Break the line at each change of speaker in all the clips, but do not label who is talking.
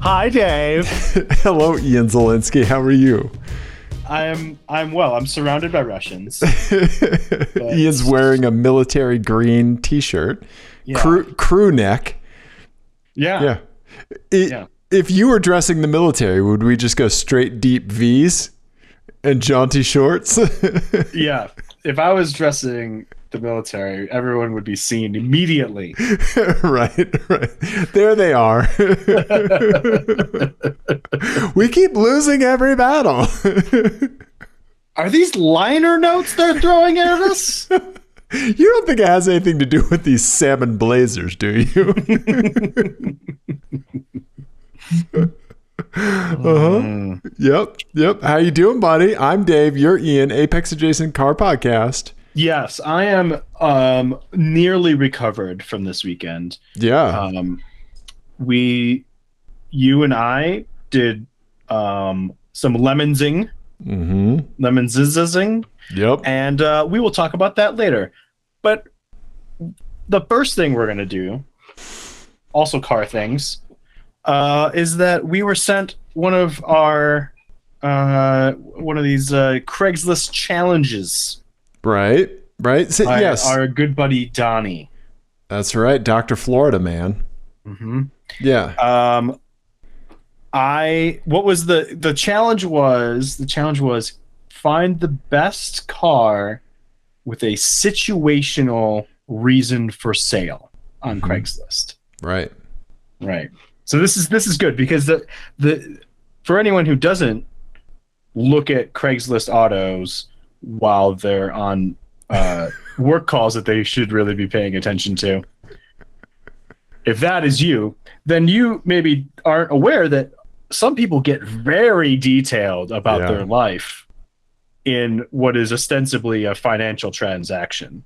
Hi, Dave.
Hello, Ian Zelensky. How are you?
I'm I'm well. I'm surrounded by Russians.
Ian's wearing a military green T-shirt,
Yeah.
crew crew neck.
Yeah.
Yeah. I-
Yeah.
If you were dressing the military, would we just go straight deep V's and jaunty shorts?
Yeah. If I was dressing the military, everyone would be seen immediately.
right, right. There they are. we keep losing every battle.
Are these liner notes they're throwing at us?
you don't think it has anything to do with these salmon blazers, do you? uh-huh. Yep, yep. How you doing, buddy? I'm Dave. You're Ian. Apex Adjacent Car Podcast.
yes, I am um nearly recovered from this weekend.
Yeah.
Um we you and I did um some lemonzing,
mm-hmm.
lemonzizzing,
Yep.
and uh, we will talk about that later. But the first thing we're going to do, also car things, uh, is that we were sent one of our uh, one of these uh, Craigslist challenges
Right. Right. So-
by
yes.
our good buddy Donnie.
that's right. Dr. Florida, man.
hmm
Yeah.
Um, I what was the the challenge was the challenge was find the best car with a situational reason for sale on
Mhm.
Craigslist.
Right.
Right. So this is this is good because the the for anyone who doesn't look at Craigslist autos while they're on uh, work calls that they should really be paying attention to. If that is you, then you maybe aren't aware that some people get very detailed about
Yeah.
their life in what is ostensibly a financial transaction.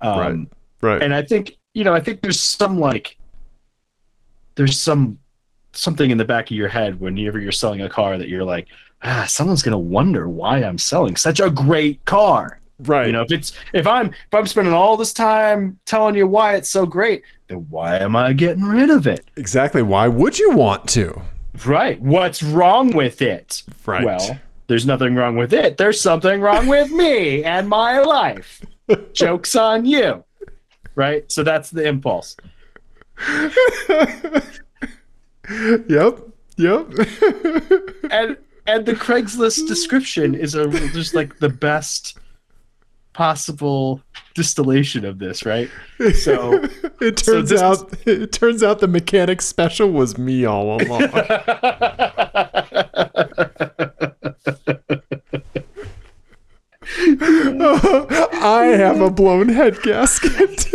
Um,
Right. Right.
and I think you know, I think there's some like there's some something in the back of your head whenever you're selling a car that you're like, ah, someone's gonna wonder why I'm selling such a great car.
right.
You know, if it's if I'm if I'm spending all this time telling you why it's so great, then why am I getting rid of it?
exactly. Why would you want to?
Right. What's wrong with it?
Right.
Well, there's nothing wrong with it. There's something wrong with me and my life. Joke's on you. Right? So that's the impulse.
Yep. Yep.
and and the Craigslist description is a just like the best possible distillation of this, right? So
it turns
this-
out it turns out the mechanic special was me all along. I have a blown head gasket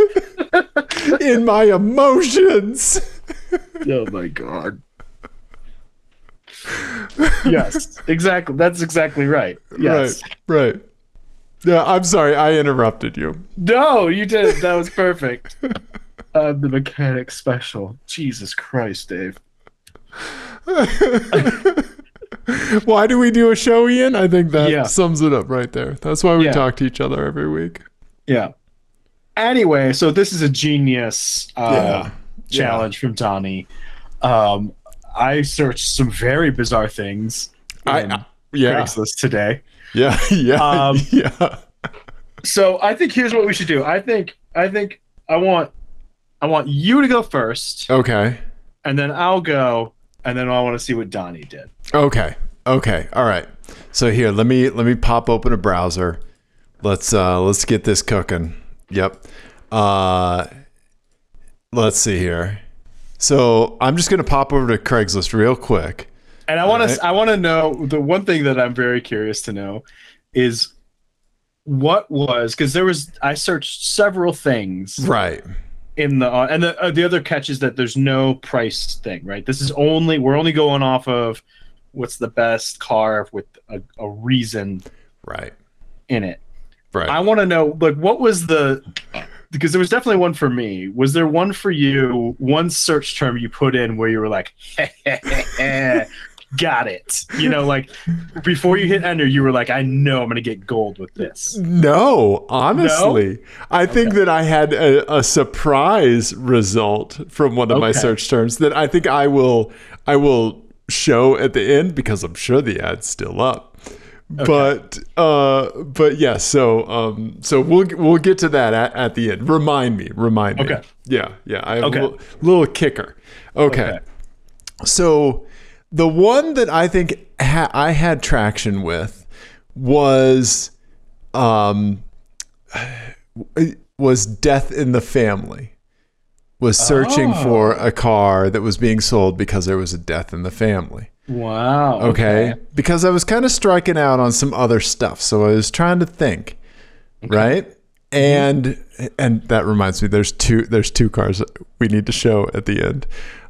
in my emotions.
oh my god. yes, exactly. That's exactly right. Yes.
Right. Right. Yeah, I'm sorry I interrupted you.
No, you did. That was perfect. Uh, the mechanic special. Jesus Christ, Dave.
Why do we do a show, Ian? I think that
Yeah.
sums it up right there. That's why we
Yeah.
talk to each other every week.
Yeah. Anyway, so this is a genius uh,
Yeah.
challenge from Donnie. Um, I searched some very bizarre things in
I, I yeah.
Craigslist today.
Yeah, yeah,
Um,
yeah.
So I think here's what we should do. I think I think I want I want you to go first,
Okay.
and then I'll go, and then I want to see what Donnie did.
Okay. Okay. All right. So here, let me let me pop open a browser. Let's uh let's get this cooking. Yep. Uh let's see here. So I'm just gonna pop over to Craigslist real quick.
And I want
Alright.
to I want to know the one thing that I'm very curious to know is what was because there was I searched several things
Right.
in the uh, and the uh, the other catch is that there's no price thing, right? This is only we're only going off of what's the best car with a, a reason
Right.
in it.
Right.
I want to know like what was the because there was definitely one for me. Was there one for you? One search term you put in where you were like, got it. You know, like before you hit enter, you were like, I know I'm gonna get gold with this.
no, honestly. I think that I had a, a surprise result from one of my
Okay.
search terms that I think I will I will show at the end because I'm sure the ad's still up. But uh, but yeah, so um, so we'll we'll get to that at, at the end. Remind me, remind me.
Okay.
Yeah, yeah. I have
Okay.
a little, little kicker. okay.
Okay.
So the one that I think ha- I had traction with was um was Death in the Family. Was searching
Oh.
for a car that was being sold because there was a death in the family.
Wow.
Okay? Because I was kind of striking out on some other stuff, so I was trying to think. Right? And and that reminds me there's two there's two cars we need to show at the end.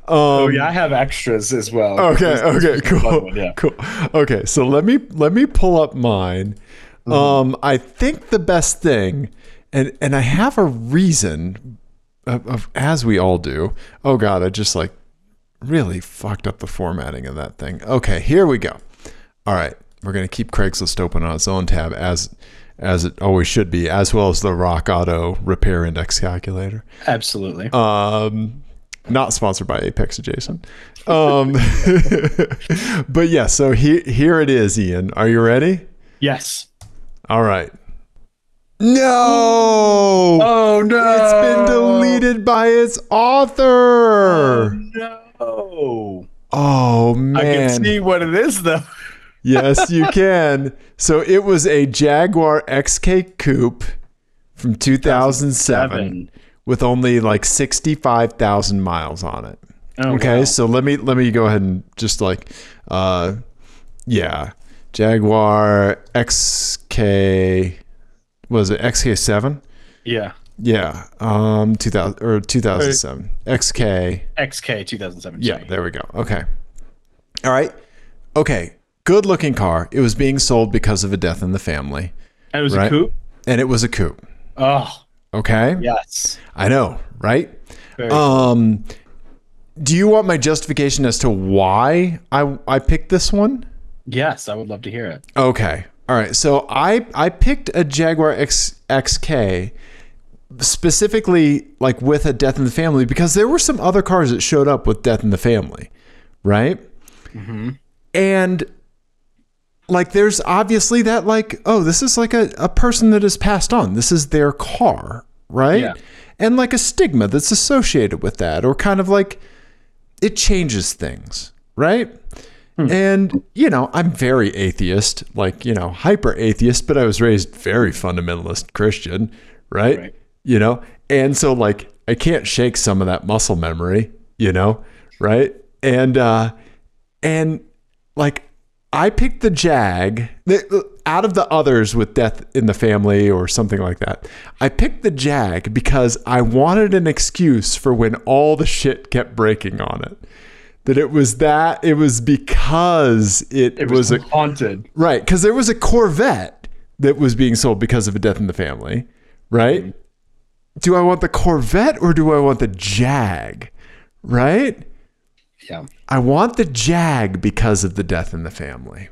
Um,
Oh yeah, I have extras as well.
Oh, Okay. Okay. Cool.
one, yeah.
Cool. Okay. So let me let me pull up mine. Um, I think the best thing, and and I have a reason, of, of, as we all do. Oh God, I just like really fucked up the formatting of that thing. Okay, here we go. All right, we're gonna keep Craigslist open on its own tab as as it always should be, as well as the Rock Auto Repair Index calculator.
Absolutely.
Um, not sponsored by Apex Adjacent. Um, but yeah, so he, here it is, Ian. Are you ready?
yes.
All right. No!
Oh no.
It's been deleted by its author.
No.
Oh
Um, I
man!
can see what it is though.
yes, you can. So it was a Jaguar XK Coupe from 2007
Seven.
with only like 65,000 miles on it.
Oh,
Okay,
wow.
so let me let me go ahead and just like, uh, yeah, Jaguar XK was it XK seven?
Yeah.
Yeah, um, two thousand or two thousand seven XK.
XK 2007.
Yeah,
sorry.
there we go. Okay, all right, okay, good looking car. It was being sold because of a death in the family,
And it was
Right.
a coupe.
and it was a coupe.
Oh
Okay,
yes.
I know, right?
Very
Um, do you want my justification as to why I I picked this one?
yes, I would love to hear it.
Okay. All right. So I I picked a Jaguar X, XK specifically like with a death in the family because there were some other cars that showed up with death in the family, right? And like there's obviously that like oh this is like a, a person that has passed on this is their car right
Yeah.
and like a stigma that's associated with that or kind of like it changes things right and you know i'm very atheist like you know hyper atheist but i was raised very fundamentalist christian right,
Right.
you know and so like i can't shake some of that muscle memory you know right and uh and like I picked the Jag the- out of the others with death in the family or something like that. I picked the Jag because I wanted an excuse for when all the shit kept breaking on it. That it was that it was because it,
It was,
was, a
haunted.
right because there was a Corvette that was being sold because of a death in the family, right? Do I want the Corvette or do I want the Jag? Right?
Yeah.
I want the Jag because of the death in the family.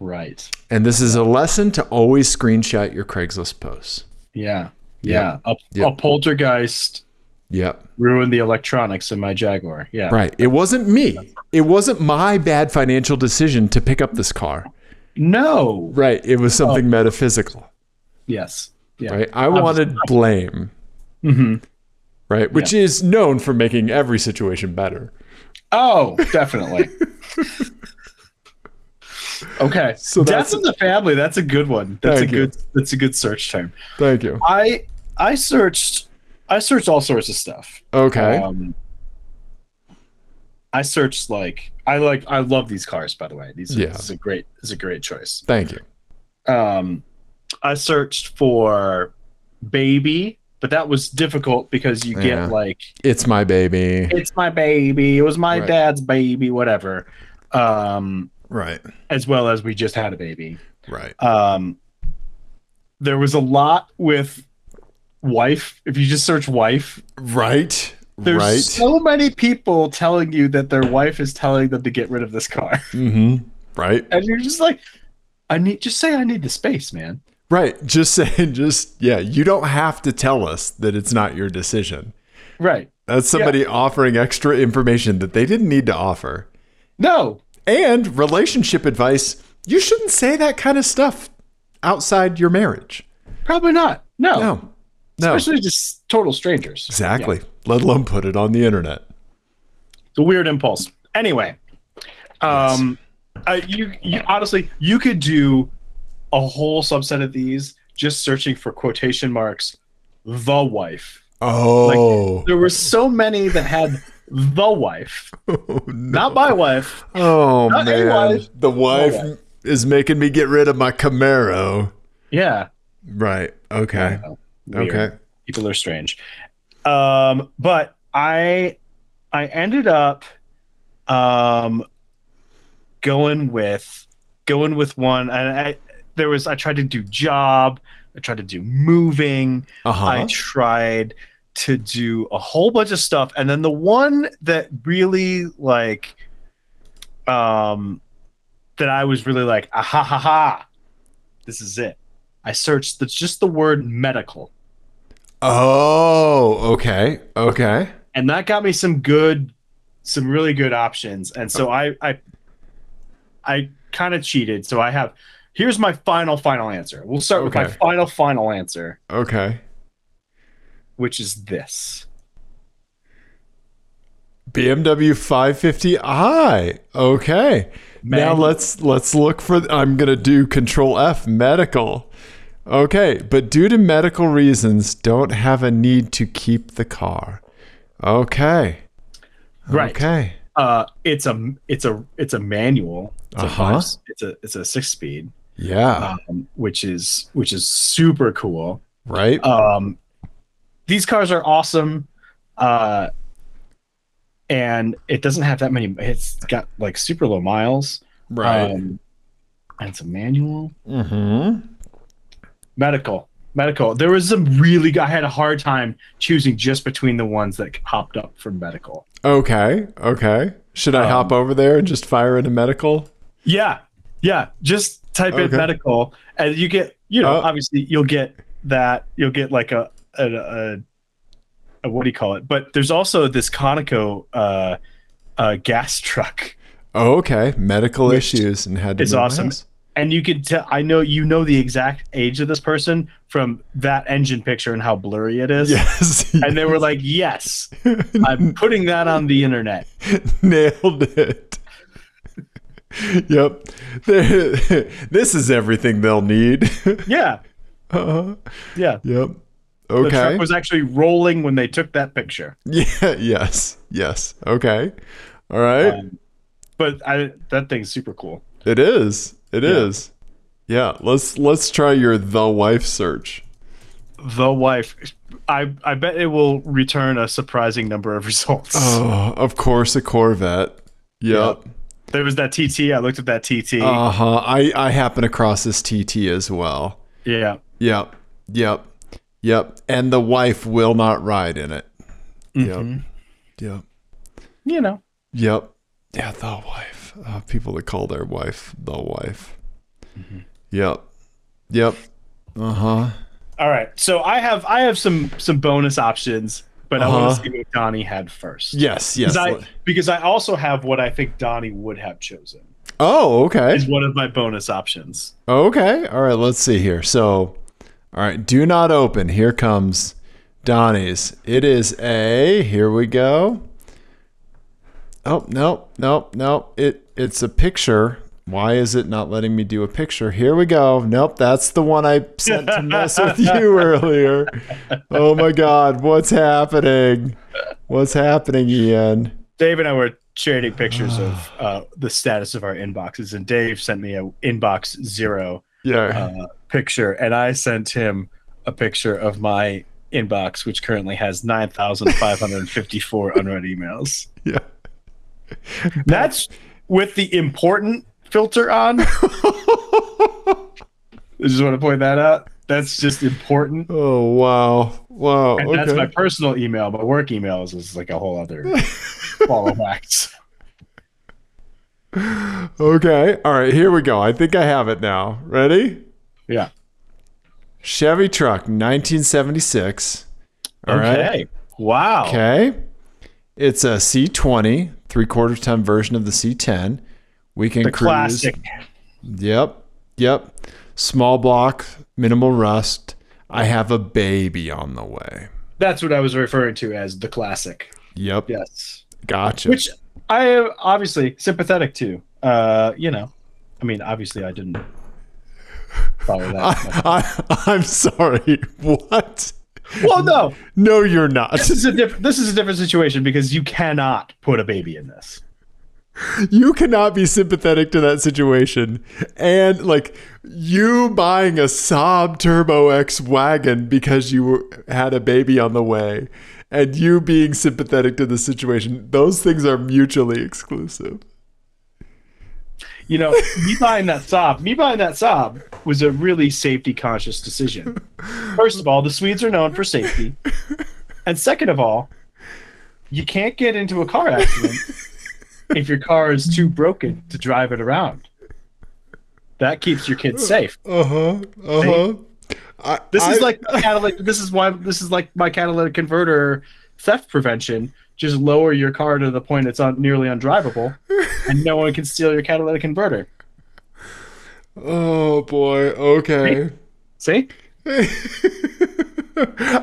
Right.
And this is a lesson to always screenshot your Craigslist posts.
Yeah.
Yeah.
Yeah. A, a poltergeist
Yep.
ruined the electronics in my Jaguar. Yeah.
Right. It wasn't me. It wasn't my bad financial decision to pick up this car.
No.
Right. It was
Oh.
something metaphysical.
Yes. Yeah.
Right. I wanted blame.
Mhm.
Right. Which is known for making every situation better.
Oh, definitely. okay.
So
So
that's-
Death in the family, that's a good one. That's
Thank
a
you.
good that's a good search term.
Thank you.
I I searched I searched all sorts of stuff.
Okay.
Um, I searched like I like I love these cars by the way. These are,
Yeah.
this is a great this is a great choice.
Thank you.
Um, I searched for baby, but that was difficult because you
Yeah.
get like
It's my baby.
it's my baby, it was my
Right.
dad's baby, whatever. Um,
Right.
as well as we just had a baby.
Right.
Um, there was a lot with wife. If you just search wife,
Right.
There's
right.
so many people telling you that their wife is telling them to get rid of this car.
mm-hmm. Right.
And you're just like, I need just say I need the space, man.
Right. Just saying, just, yeah, you don't have to tell us that it's not your decision.
Right.
That's somebody offering extra information that they didn't need to offer.
No.
And relationship advice you shouldn't say that kind of stuff outside your marriage.
Probably not. No.
No, no.
Especially just total strangers.
Exactly. Let alone put it on the internet.
The weird impulse. Anyway, um, uh, you, you honestly you could do a whole subset of these just searching for quotation marks the wife.
Oh.
There were so many that had the wife, not my wife.
oh,
not a
man.
wife.
The wife
wife.
is making me get rid of my Camaro.
Yeah. Uh,
Right. Okay.
Weird.
Okay.
people are strange um but i i ended up um going with going with one and i there was i tried to do job i tried to do moving
Uh huh.
i tried to do a whole bunch of stuff and then the one that really like um that i was really like ah ha ha ha this is it i searched the, just the word medical
Oh, okay. Okay.
and that got me some good some really good options and so i i i kind of cheated so i have here's my final final answer we'll start with my
Okay.
final final answer
Okay.
which is this
BMW 550i. Okay. Now
Manual.
let's let's look for I'm going to do control F medical. Okay, but due to medical reasons don't have a need to keep the car. Okay.
right
Okay.
uh it's a it's a it's a manual it's,
Uh-huh. Ah.
a, five, it's a it's a six speed
Yeah,
um, which is which is super cool
right?
um these cars are awesome uh and it doesn't have that many it's got like super low miles
right.
Um, and it's a manual.
mhm.
Medical. Medical. There was some really, I had a hard time choosing just between the ones that popped up for medical.
Okay. Okay. Should
Um,
I hop over there and just fire into medical?
Yeah. Yeah. Just type in
Okay.
medical and you get, you know,
Oh.
obviously you'll get that. You'll get like a, a, a, a, what do you call it? But there's also this Conoco uh, uh, gas truck.
Oh, okay. Medical
Which
issues and had to
is
move
awesome.
house.
And you could tell, I know you know the exact age of this person from that engine picture and how blurry it is.
Yes.
and they were like, "Yes, I'm putting that on the internet."
Nailed it. yep. There- this is everything they'll need.
Yeah,
Uh,
yeah.
yep.
The truck
Okay.
was actually rolling when they took that picture.
yeah. Yes. Yes. Okay. All right.
Um, but I, that thing's super cool.
it is. It
yeah.
is. Yeah. Let's let's try your the wife search.
The wife, I I bet it will return a surprising number of results.
Oh, of course, a Corvette. Yep.
There was that TT. I looked at that TT.
Uh huh. I I happen across this TT as well.
yeah,
Yep. Yep. Yep. And the wife will not ride in it.
Mhm.
Yep. Yep.
you know,
Yep. Mm-hmm. Yeah, the wife. Uh, people that call their wife the wife. Mm-hmm. Yep. Yep. Uh huh.
All right, so I have I have some some bonus options, but I want
Uh-huh.
to see what Donnie had first.
Yes. Yes.
because I because I also have what I think Donnie would have chosen
oh,
is
okay.
one of my bonus options.
Okay. All right. Let's see here. So, all right. Do not open. Here comes Donnie's. It is a. Here we go. Oh no no no! It it's a picture. Why is it not letting me do a picture? Here we go. Nope, that's the one I sent to mess with you earlier. Oh my God, what's happening? What's happening, Ian?
Dave and I were trading pictures of uh, the status of our inboxes, and Dave sent me a inbox zero
Yeah.
uh, picture, and I sent him a picture of my inbox, which currently has nine thousand five hundred fifty-four unread emails.
Yeah.
That's with the important filter on. I just want to point that out. That's just important.
Oh wow wow.
And that's my
Okay.
personal email. My work emails is like a whole other ball of wax.
Okay. All right. Here we go. I think I have it now. Ready?
Yeah.
Chevy truck, 1976. All right.
okay. Wow.
Okay. It's a C20, three quarter ton version of the C10 Weekend
the
cruise.
classic.
Yep. Yep. Small block, minimal rust. I have a baby on the way.
That's what I was referring to as the classic.
Yep.
Yes,
Gotcha.
which I am obviously sympathetic to. Uh, you know, I mean, obviously I didn't follow that.
I, I, I'm sorry. What?
well, no,
No, you're not.
this is a different. This is a different situation because you cannot put a baby in this.
You cannot be sympathetic to that situation. And like you buying a Saab Turbo X wagon because you were, had a baby on the way and you being sympathetic to the situation, those things are mutually exclusive.
You know, me buying that Saab, me buying that Saab was a really safety conscious decision. First of all, the Swedes are known for safety. And second of all, you can't get into a car accident if your car is too broken to drive it around. That keeps your kids safe.
Uh-huh. Uh-huh. I,
This is
I-
like my catalytic, this is why this is like my catalytic converter theft prevention. Just lower your car to the point it's un, nearly undrivable, and no one can steal your catalytic converter.
Oh boy. Okay.
See?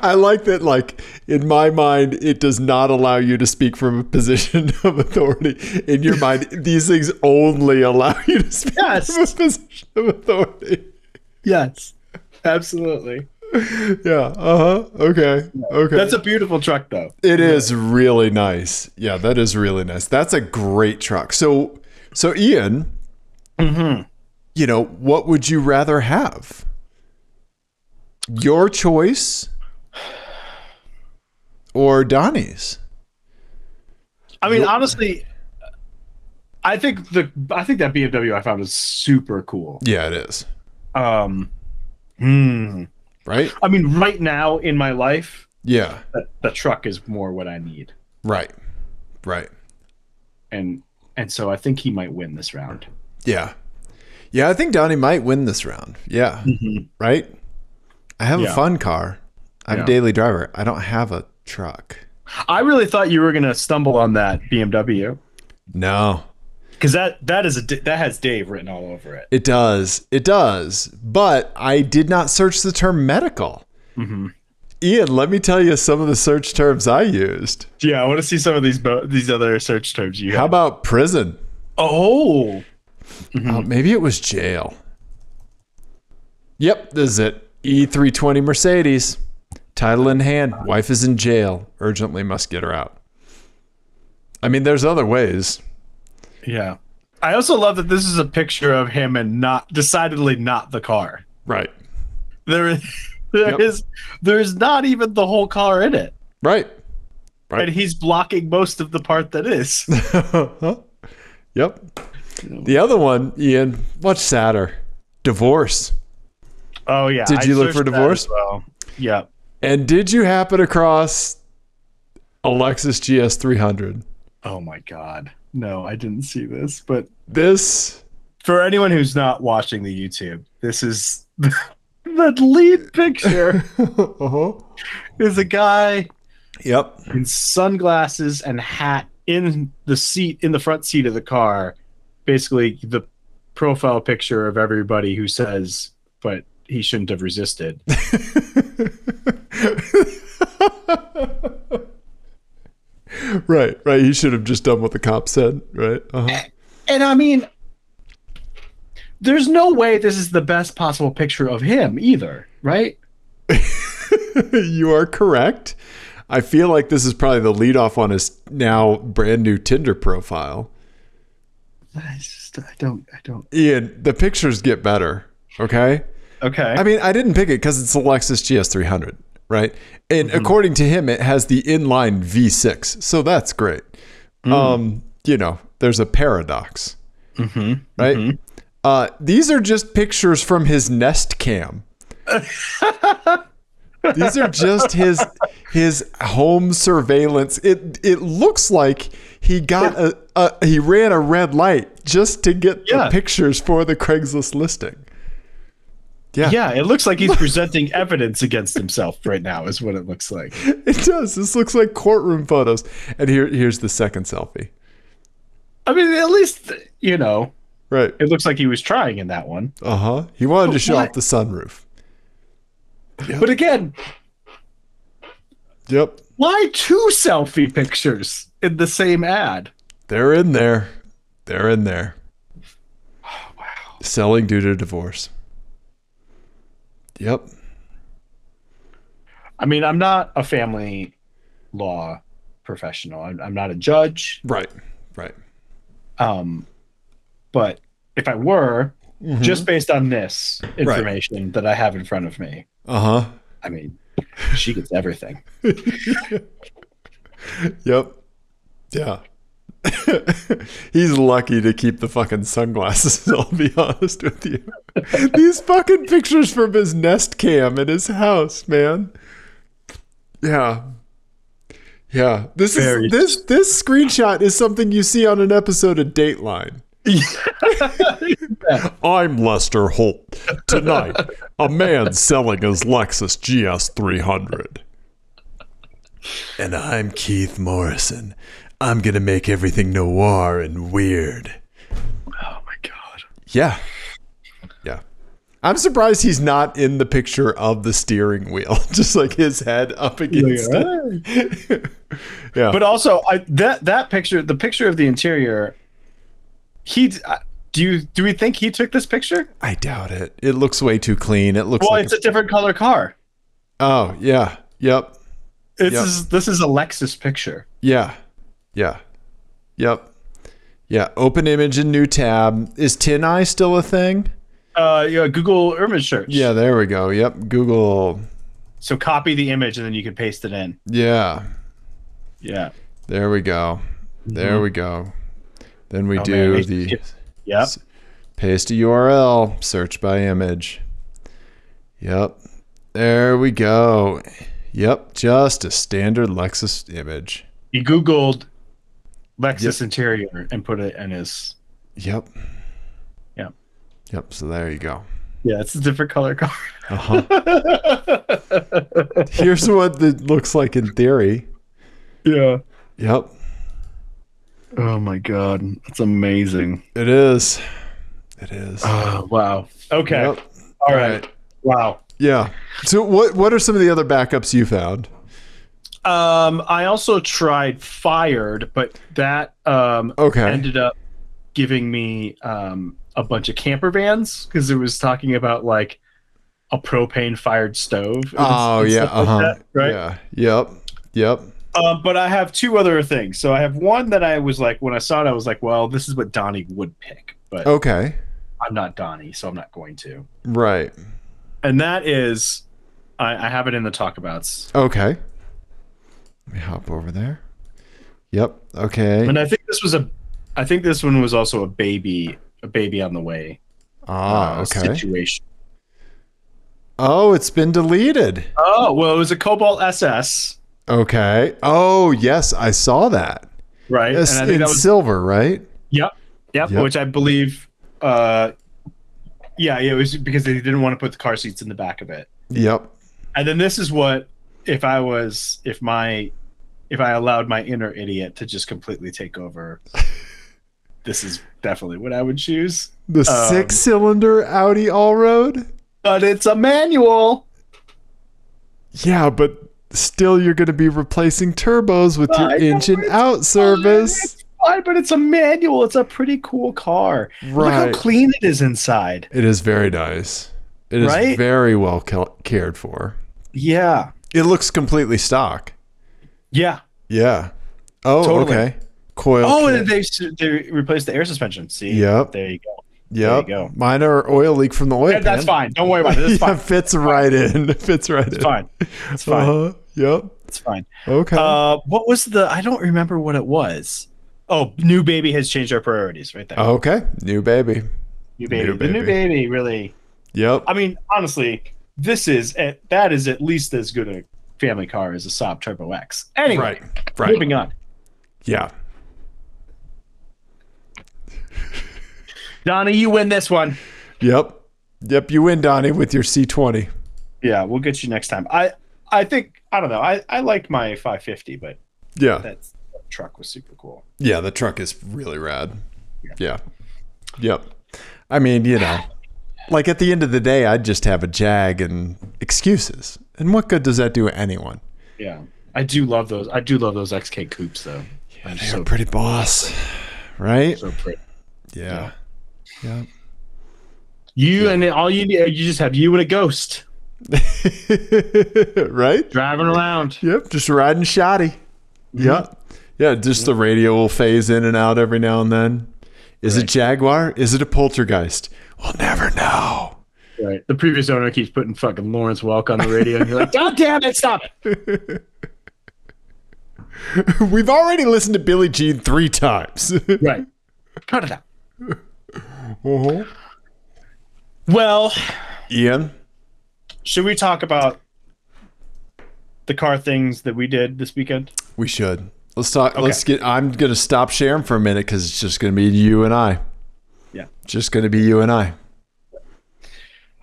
I like that like in my mind it does not allow you to speak from a position of authority. In your mind these things only allow you to speak
Yes.
from a position of authority.
Yes, absolutely.
Yeah. Uh-huh. Okay. Okay.
That's a beautiful truck, though.
It is really nice. Yeah, that is really nice. That's a great truck. So so Ian,
Mm-hmm.
you know, what would you rather have? Your choice or Donnie's?
I mean, honestly, I think the I think that BMW I found is super cool.
Yeah, it is.
Um, hmm.
Right?
I mean, right now in my life,
Yeah.
the, the truck is more what I need,
Right. Right.
and and so I think he might win this round.
Yeah. Yeah, I think Donnie might win this round. Yeah. Right? I have a
Mm-hmm. Yeah.
fun car. I'm
Yeah.
a daily driver. I don't have a truck.
I really thought you were gonna stumble on that BMW
No.
because that that is a D- that has Dave written all over it.
It does. It does. But I did not search the term medical.
Mm-hmm.
Ian, let me tell you some of the search terms I used.
Yeah, I want to see some of these bo- these other search terms you
How
have.
about prison?
Oh,
Oh, maybe it was jail. Yep, this is it. E320 Mercedes. Title in hand. Wife is in jail. Urgently must get her out. I mean, there's other ways.
Yeah. I also love that this is a picture of him and not decidedly not the car.
Right.
There is there
Yep.
is- there is not even the whole car in it.
Right. Right.
And he's blocking most of the part that is.
yep. The other one, Ian, much sadder. Divorce.
Oh yeah.
Did you look for
searched that
divorce?
as Well. Yeah.
And did you happen across a Lexus GS300?
Oh my god. No, I didn't see this, but
This
for anyone who's not watching the YouTube, this is the lead picture
uh-huh.
is a guy
Yep.
in sunglasses and hat in the seat in the front seat of the car basically the profile picture of everybody who says but he shouldn't have resisted
Right, right. He should have just done what the cop said, right? Uh-huh.
and i mean there's no way this is the best possible picture of him either right
you are correct. I feel like this is probably the lead off on his now brand new Tinder profile.
i just i don't i don't
Ian, the pictures get better, okay?
okay
I mean, I didn't pick it because it's a Lexus GS300, right? And
Mm-hmm.
according to him, it has the inline V6, so that's great.
Mm.
Um, you know, there's a paradox,
Mm-hmm.
right? Uh, these are just pictures from his Nest Cam. these are just his his home surveillance. It it looks like he got a, a he ran a red light just to get
Yeah.
the pictures for the Craigslist listing.
yeah it looks like he's presenting evidence against himself right now is what it looks like
It does. This looks like courtroom photos. And here, here's the second selfie.
i mean at least you know
Right.
It looks like he was trying in that one.
Uh huh. He wanted to show
What?
off the sunroof.
But again,
Yep.
why two selfie pictures in the same ad?
They're in there. They're in there. wow. Selling due to divorce. Yep.
I mean, I'm not a family law professional. I'm, I'm not a judge.
Right. Right.
Um, but if I were,
Mm-hmm.
just based on this information that I have in front of me,
Uh huh.
I mean, she gets everything.
Yep. Yeah. He's lucky to keep the fucking sunglasses, I'll be honest with you. These fucking pictures from his nest cam in his house, man. Yeah. Yeah. This
Very-
is this this screenshot is something you see on an episode of Dateline. I'm Lester Holt. Tonight, a man selling his Lexus GS300. And I'm Keith Morrison. I'm going to make everything noir and weird.
Oh my god.
Yeah. Yeah. I'm surprised he's not in the picture of the steering wheel, just like his head up against it. yeah.
But also, I that that picture, the picture of the interior, he d- I- do you do we think he took this picture?
I doubt it. It looks way too clean. It looks
Well,
like
it's a different color car.
Oh, yeah. Yep.
This
Yep.
is this is a Lexus picture.
Yeah. Yeah. Yep. Yeah. Open image in new tab. Is Tin Eye still a thing?
Uh, yeah, Google image search.
Yeah, there we go. Yep. Google.
So copy the image and then you can paste it in.
Yeah.
Yeah.
There we go. There we go. Then we do
Mm-hmm. Oh, man, we-
the
Yep.
paste a URL, search by image. Yep. There we go. Yep, just a standard Lexus image.
He Googled Lexus interior and put it in his.
Yep.
Yep.
Yep, so there you go.
Yeah, it's a different color car.
Uh-huh. Here's what it looks like in theory.
yeah.
Yep.
Oh my god, that's amazing.
It is. It is.
Oh wow. Okay.
Yep.
All right. Wow.
Yeah. So what what are some of the other backups you found?
Um, I also tried fired, but that um
Okay.
ended up giving me um a bunch of camper vans because it was talking about like a propane fired stove. and-
oh
and
yeah.
stuff like
Uh-huh.
that, right.
Yeah. Yep. Yep.
Um, but I have two other things. So I have one that I was like, when I saw it, I was like, well, this is what Donnie would pick, but
Okay.
I'm not Donnie, so I'm not going to.
Right.
And that is, I, I have it in the talkabouts,
Okay. Let me hop over there. Yep. Okay.
and I think this was a, I think this one was also a baby, a baby on the way
Ah,
uh,
okay.
situation.
Oh, it's been deleted.
Oh well, it was a Cobalt SS,
Okay. Oh, yes, I saw that.
right?
It's
and I think
in
that was
silver, right?
yep, yep,
Yep.
which I believe, uh, yeah, yeah, it was because they didn't want to put the car seats in the back of it.
Yep.
And then this is what if I was if my if I allowed my inner idiot to just completely take over. this is definitely what I would choose.
The
Um,
six-cylinder Audi Allroad?
But it's a manual.
Yeah, but still you're going to be replacing turbos with your
I know,
engine
it's
out service.
Why? But it's a manual. It's a pretty cool car. Look how
Right.
clean it is inside.
It is very nice. It is
Right?
very well ca- cared for.
Yeah.
It looks completely stock.
Yeah.
Yeah. Oh,
Totally.
okay. Coil.
Oh, and
kit.
they they replaced the air suspension. See.
Yep.
There you go.
yep.
there you go.
Mine are oil leak from the oil.
And that's
pan.
fine. Don't worry about it. It's
yeah,
fine.
fits right in. Fits right in.
It's fine. It's fine.
Uh-huh. Yep.
It's fine.
Okay.
Uh, what was the? I don't remember what it was. Oh, new baby has changed our priorities right there.
okay. New baby.
Oh, new baby,
new
the new baby really.
Yep.
I mean, honestly, this is at, that is at least as good a family car as a Saab Turbo X. Anyway,
Right. Right.
moving on.
Yeah.
Donnie, you win this one.
Yep. Yep. You win, Donnie, with your C20.
Yeah, we'll get you next time. I I think I don't know. I I liked my 550, but
Yeah.
that's, that truck was super cool.
yeah. The truck is really rad. Yeah. Yep. I mean, you know, like at the end of the day, I'd just have a jag and excuses. And what good does that do anyone?
Yeah, I do love those. I do love those XK coupes though. Yeah,
They're pretty boss, right?
so pretty.
yeah. Yeah.
You and all you need, you just have you and a ghost
right?
driving around.
Yep. Just riding shoddy. Yeah. Mm-hmm. Yeah. Just the radio will phase in and out every now and then. Is it Jaguar? Is it a poltergeist? We'll never know.
Right. The previous owner keeps putting fucking Lawrence Welk on the radio, and you're like, God damn it, stop! it."
We've already listened to Billie Jean three times.
Right. Cut it out.
uh-huh.
Well,
Ian?
should we talk about the car things that we did this weekend?
We should. Let's talk. Let's get. I'm gonna stop sharing for a minute because it's just gonna be you and I.
Yeah.
Just gonna be you and I.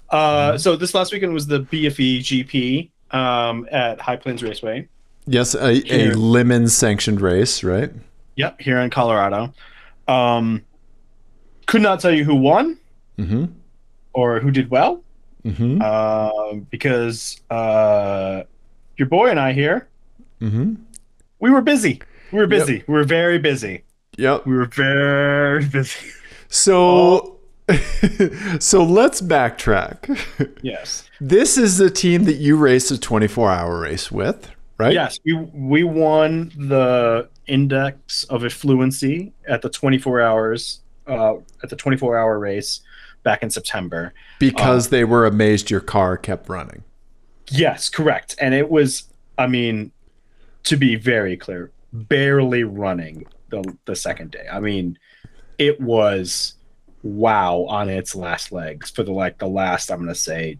Uh, so this last weekend was the BFE GP um, at High Plains Raceway.
Yes, a, a
Sure.
lemon sanctioned race, right?
Yep, here in Colorado. Um, could not tell you who won
Mm-hmm.
or who did well
Mm-hmm.
um, because uh, your boy and I here
Mm-hmm.
we were busy. We were busy. We were very busy.
Yep.
We were very busy.
So, so let's backtrack.
yes.
this is the team that you raced a 24 hour race with, right?
Yes, we we won the index of affluency at the 24 hours uh, at the 24 hour race back in September.
Because they were amazed your car kept running.
Yes, correct. And it was, I mean, to be very clear, barely running the the second day. I mean, it was wow on its last legs for the like the last I'm gonna say,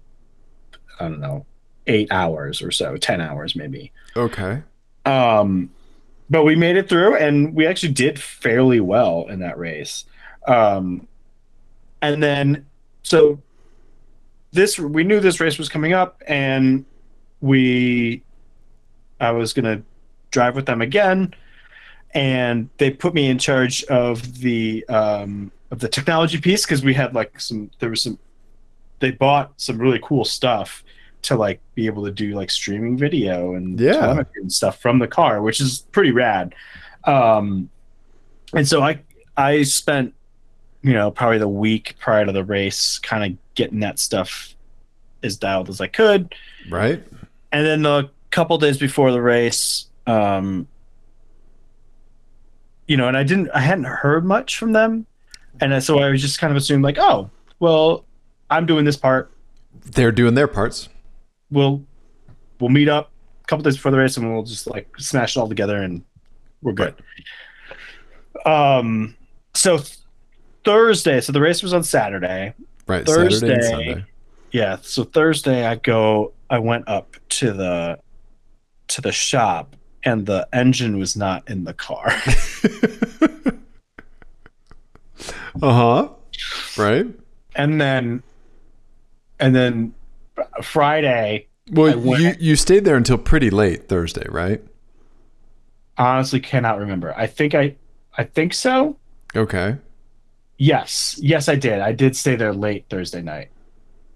I don't know, eight hours or so, ten hours maybe.
Okay.
Um, but we made it through, and we actually did fairly well in that race. Um, and then, so this we knew this race was coming up, and we, I was gonna drive with them again, and they put me in charge of the um, of the technology piece because we had like some there was some they bought some really cool stuff to like be able to do like streaming video and
Yeah.
telemetry and stuff from the car, which is pretty rad. Um, and so I I spent you know probably the week prior to the race kind of getting that stuff as dialed as I could
Right.
and then a couple days before the race um you know and i didn't i hadn't heard much from them and I- so i was just kind of assumed like oh well i'm doing this part
They're doing their parts.
we'll we'll meet up a couple days before the race and we'll just like smash it all together and we're good um so th- thursday so the race was on saturday
Right. Saturday and Sunday.
Thursday. Yeah, so Thursday I go I went up to the to the shop and the engine was not in the car.
Uh huh. Right.
and then and then Friday, I
Well,
went-
you, you stayed there until pretty late Thursday, right?
honestly cannot remember. I think I I think so.
Okay.
Yes. Yes, I did. I did stay there late Thursday night.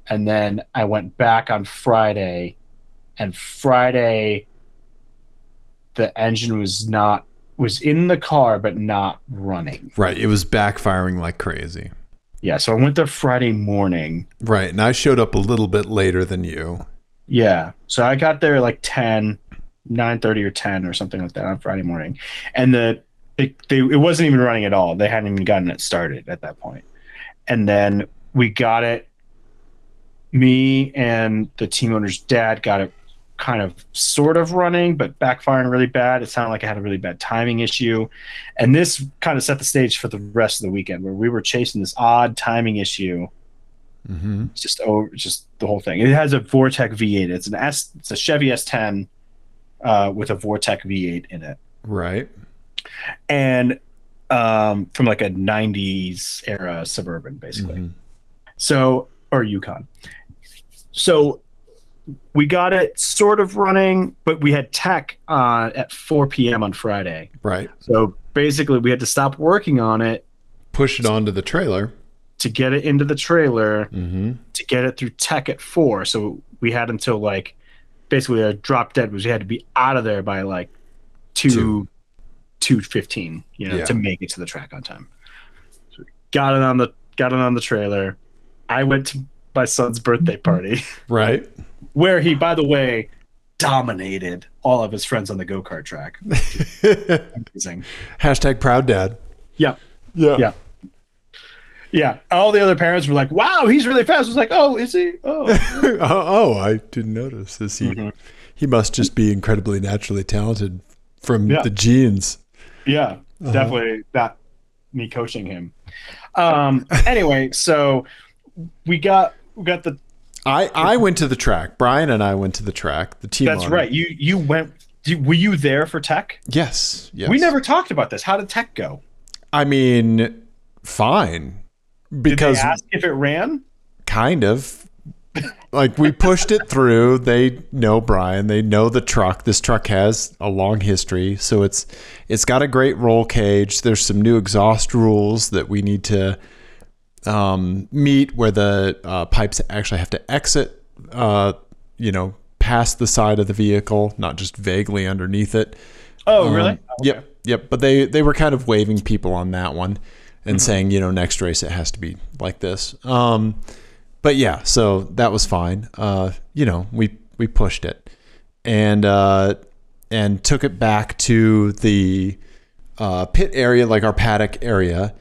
And then I went back on Friday and Friday the engine was not was in the car but not running.
Right. It was backfiring like crazy.
Yeah, so I went there Friday morning.
Right. And I showed up a little bit later than you.
Yeah. So I got there like 10, 9.30 or 10 or something like that on Friday morning. And the they, they, it wasn't even running at all. They hadn't even gotten it started at that point. And then we got it. Me and the team owner's dad got it kind of sort of running, but backfiring really bad. It sounded like I had a really bad timing issue. And this kind of set the stage for the rest of the weekend where we were chasing this odd timing issue.
Mm-hmm.
It's just over just the whole thing. It has a Vortec V8. It's an S. It's a Chevy S10 uh, with a Vortec V8 in it,
Right.
and um, from like a '90s era suburban, basically.
Mhm.
So or Yukon. So we got it sort of running, but we had tech uh, at 4 p.m. on Friday.
Right.
So basically, we had to stop working on it
Push it onto the trailer.
to get it into the trailer
Mm-hmm.
to get it through tech at four. So we had until like basically a drop dead was we had to be out of there by like two
Two.
two fifteen, you know,
Yeah.
to make it to the track on time. So got it on the got it on the trailer. I went to my son's birthday party
Right.
where he, by the way, dominated all of his friends on the go kart track. Amazing.
Hashtag proud dad.
Yeah.
Yeah.
Yeah. Yeah. All the other parents were like, wow, he's really fast. I was like, oh, is he? Oh.
oh, oh, I didn't notice. Is he?
Mm-hmm.
He must just be incredibly naturally talented from
Yeah.
the genes.
Yeah,
Uh-huh.
definitely not me coaching him. Um, anyway, so we got we got the.
I I went to the track. Brian and I went to the track. The team.
That's
on it.
right. You you went. you- Were you there for tech?
Yes. Yes.
We never talked about this. How did tech go?
I mean, fine.
Did they
Because
ask if it ran?
kind of like we pushed it through they know brian they know the truck this truck has a long history so it's it's got a great roll cage there's some new exhaust rules that we need to um, meet where the uh, pipes actually have to exit uh, you know past the side of the vehicle not just vaguely underneath it
Oh, really?
um, Yep, yep. But they they were kind of waving people on that one
Mm-hmm.
and saying, you know, next race it has to be like this. Um, but yeah, so that was fine. Uh, you know, we we pushed it and uh, and took it back to the uh, pit area, like our paddock area.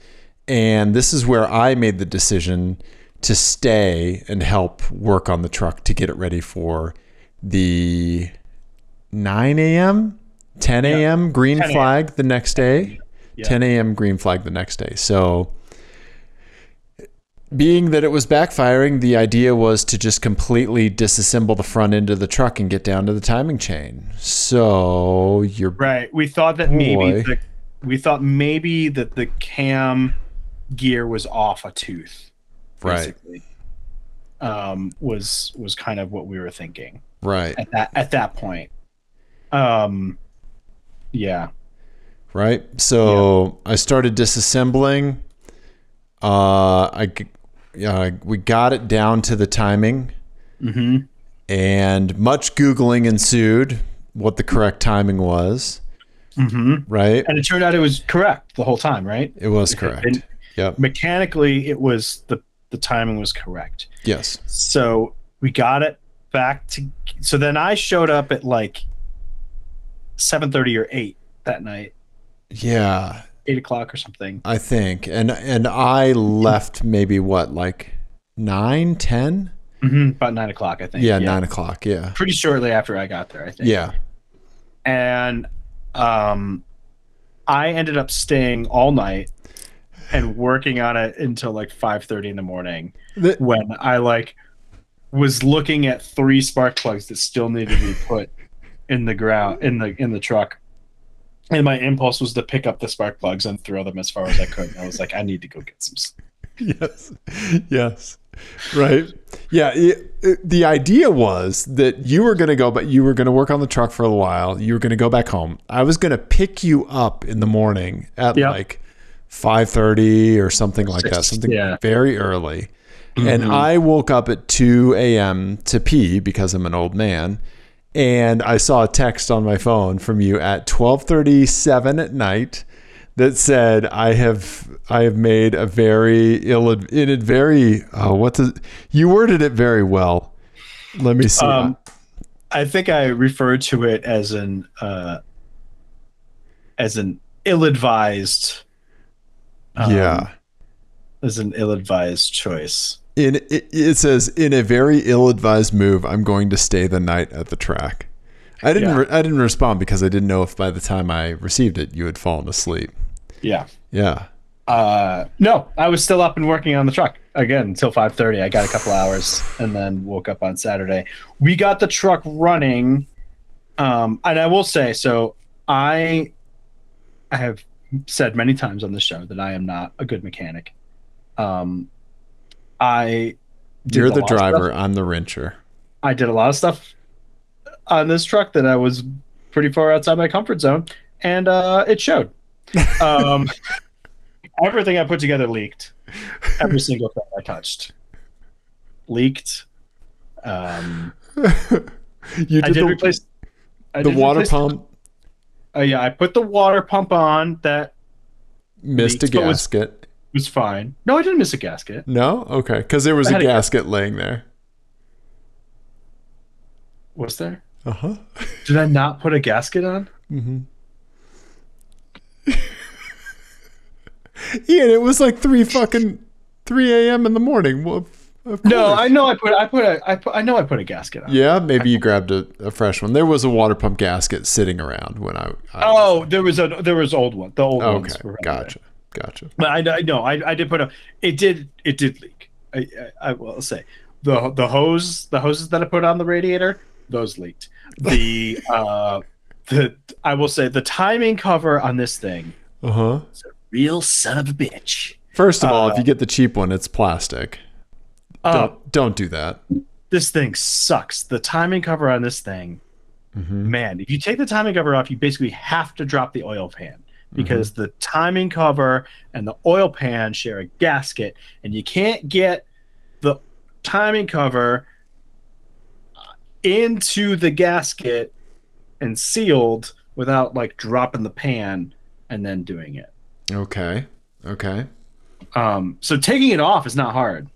And this is where I made the decision to stay and help work on the truck to get it ready for the 9 a.m., 10 a.m. green
10 a.m..
flag the next day,
Yeah.
10 a.m. green flag the next day. So, being that it was backfiring, the idea was to just completely disassemble the front end of the truck and get down to the timing chain. So, you're
Right. We thought that maybe
Boy.
the, we thought maybe that the cam gear was off a tooth.
right,
Basically. Um, was was kind of what we were thinking.
right.
at that at that point. Um, yeah,
right? So I started disassembling. Uh, I g- uh, we got it down to the timing,
Mhm.
Mm-hmm. and much googling ensued what the correct timing was. Mm-hmm.
Mhm.
Right?
and it turned out it was correct the whole time, right?
It was correct.
And
Yep.
mechanically, it was the the timing was correct.
Yes.
So we got it back to. So then I showed up at like seven thirty or eight that night,
Yeah,
eight o'clock or something.
I think. And and I left maybe what like nine, ten?
Mhm, About nine o'clock, I think.
Mm-hmm. Yeah, nine o'clock. Yeah.
Pretty shortly after I got there, I think.
Yeah.
and um, I ended up staying all night and working on it until like five thirty in the morning
The-
when I like was looking at three spark plugs that still needed to be put in the ground in the in the truck. And my impulse was to pick up the spark plugs and throw them as far as I could. And I was like, I need to go get some. sleep.
yes yes right yeah it- it- the idea was that you were going to go but you were going to work on the truck for a while you were going to go back home i was going to pick you up in the morning at
Yeah.
like 5.30 or something like that something
yeah. Mm-hmm.
very early and i woke up at 2 a.m to pee because i'm an old man and i saw a text on my phone from you at 12.37 at night that said, "I have I have made a very ill in it very oh, what the you worded it very well. Let me see.
Um, I think I referred to it as an uh, as an ill-advised. um,
yeah,
is an ill-advised choice.
in it, it says in a very ill-advised move, I'm going to stay the night at the track. I didn't
Yeah.
re- I didn't respond because I didn't know if by the time I received it you had fallen asleep.
Yeah.
Yeah,
Uh, no, I was still up and working on the truck again until 5:30. I got a couple hours and then woke up on Saturday. We got the truck running, um, and I will say so. I I have said many times on the show that I am not a good mechanic. Um, I did
you're
a
the
lot of stuff-
driver. I'm the wrencher.
I did a lot of stuff on this truck that I was pretty far outside my comfort zone, and uh, it showed. Um, everything I put together leaked. Every single thing I touched leaked. Um,
you
I
did,
did
the,
replace I
the
did
water
replace-
pump,
Uh, yeah, I put the water pump on. That
missed a
leaked, but was-
gasket.
was fine. No, I didn't miss a gasket.
no, okay, because there was
I
a
had a-
gasket laying there.
Was there?
Uh huh.
Did I not put a gasket on?
Mm-hmm. Ian, it was like three fucking three a.m. in the morning. Well, of
No,
course.
I know I put I put a I put I know I put a gasket on.
Yeah, maybe you grabbed a, a fresh one. There was a water pump gasket sitting around when I. I
Oh, there was a there was old one. The old
okay.
ones. were out there.
Gotcha. Gotcha.
But I I know I, I did put a it did it did leak. I, I I will say the the hose the hoses that I put on the radiator those leaked. The uh the I will say the timing cover on this thing
Uh huh.
real son of a bitch.
First of all, if you get the cheap one, it's plastic.
Uh,
don't don't do that.
this thing sucks. The timing cover on this thing,
Mm-hmm.
man, if you take the timing cover off, you basically have to drop the oil pan because the timing cover and the oil pan share a gasket, and you can't get the timing cover into the gasket and sealed without like dropping the pan and then doing it.
Okay. Okay.
Um, so taking it off is not hard.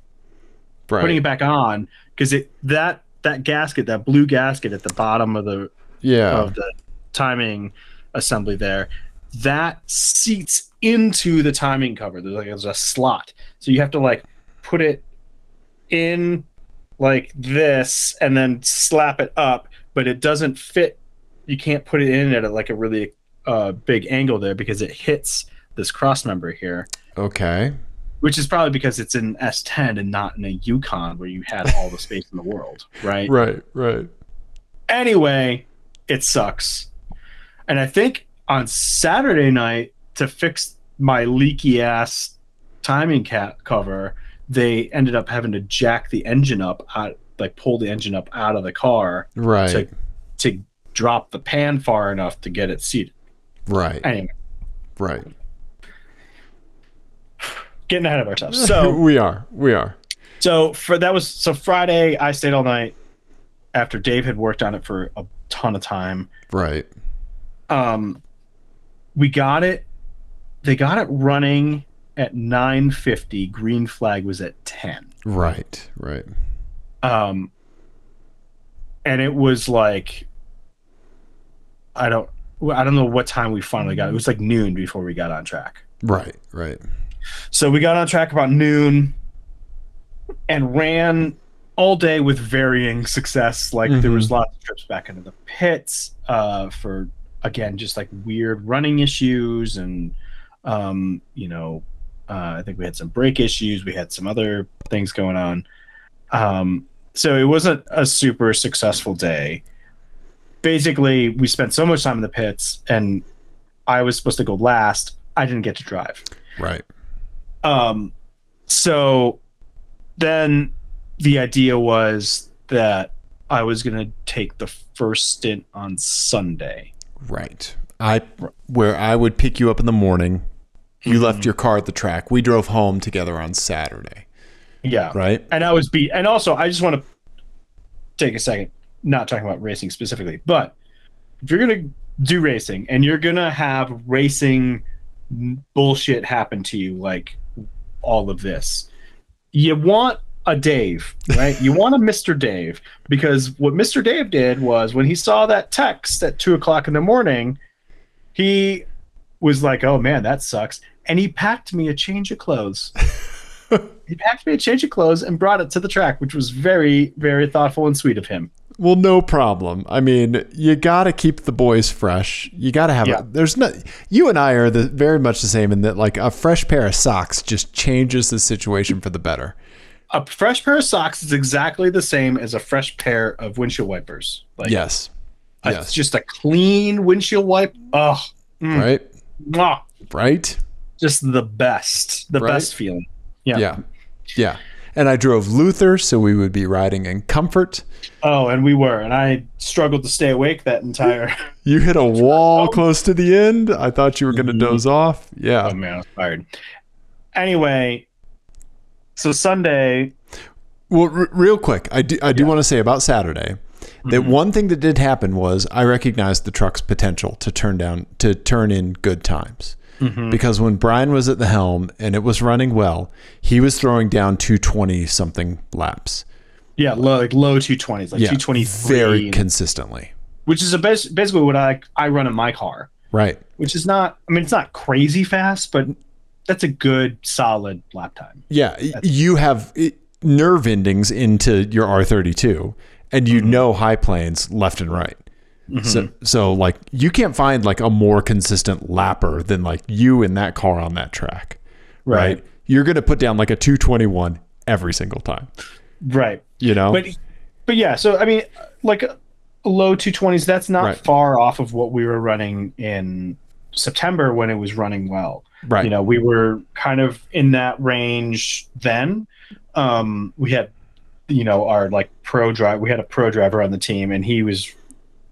Right.
putting it back on because it that that gasket that blue gasket at the bottom of the
yeah.
of the timing assembly there that seats into the timing cover there's like there's a slot so you have to like put it in like this and then slap it up but it doesn't fit you can't put it in at a, like a really uh, big angle there because it hits this cross member here
okay.
which is probably because it's in S10 and not in a Yukon where you had all the space in the world, right?
Right. Right.
Anyway, it sucks. And I think on Saturday night to fix my leaky ass timing cat cover, they ended up having to jack the engine up out like pull the engine up out of the car
Right.
to to drop the pan far enough to get it seated.
right.
Anyway,
right.
getting ahead of ourselves. So
we are. We are.
So for that was so Friday. I stayed all night after Dave had worked on it for a ton of time.
Right.
Um, we got it. They got it running at 9:50. Green flag was at 10.
Right. Right.
Um, and it was like I don't I don't know what time we finally got. It It was like noon before we got on track.
Right. Right.
So we got on track about noon and ran all day with varying success. Like there was lots of trips back into the pits uh, for again just like weird running issues and um, you know uh, I think we had some brake issues. We had some other things going on. Um, so it wasn't a super successful day. Basically, we spent so much time in the pits, and I was supposed to go last. I didn't get to drive.
Right.
Um, so then the idea was that I was going to take the first stint on Sunday.
Right. I where I would pick you up in the morning. You
Mm-hmm.
left your car at the track. We drove home together on Saturday.
Yeah.
Right.
And I was beat. And also, I just want to take a second, not talking about racing specifically, but if you're going to do racing and you're going to have racing bullshit happen to you, like all of this, you want a Dave, right? you want a Mr. Dave because what Mr. Dave did was when he saw that text at two o'clock in the morning, he was like, oh man, that sucks. And he packed me a change of clothes he packed me a change of clothes and brought it to the track, which was very, very thoughtful and sweet of him.
Well, no problem. I mean, you got to keep the boys fresh. You got to have
Yeah.
a, there's no you and I are the, very much the same in that like a fresh pair of socks just changes the situation for the better.
A fresh pair of socks is exactly the same as a fresh pair of windshield wipers. Like
Yes.
a-
Yes.
just a clean windshield wipe. Oh,
Right?
mwah,
Right?
just the best, the
Right?
best feeling. Yeah.
Yeah. Yeah. And I drove Luther so we would be riding in comfort.
Oh, and we were, and I struggled to stay awake that entire.
You hit a wall close to the end. I thought you were going to doze off.
oh
Yeah.
man, I was tired. anyway, so Sunday,
Well, r- real quick, I do, I do want to say about Saturday that one thing that did happen was I recognized the truck's potential to turn down to turn in good times. Because when Brian was at the helm and it was running well, he was throwing down 220 something laps.
yeah, low, like low two twenties, like
Yeah,
two twenty
very
three,
consistently.
which is a bas- basically what I I run in my car,
Right.
which is not. I mean, it's not crazy fast, but that's a good solid lap time.
Yeah, y- you have eh, nerve endings into your R32, and
Mm-hmm.
you know high planes left and right. So, so like you can't find like a more consistent lapper than like you in that car on that track, right? You're gonna put down like a 221 every single time,
right. right.
you know?
But but yeah, so I mean, like uh, low two twenties. That's not
Right.
far off of what we were running in September when it was running well.
right,
You know, we were kind of in that range then. Um, we had, you know, our like pro drive. We had a pro driver on the team, and he was,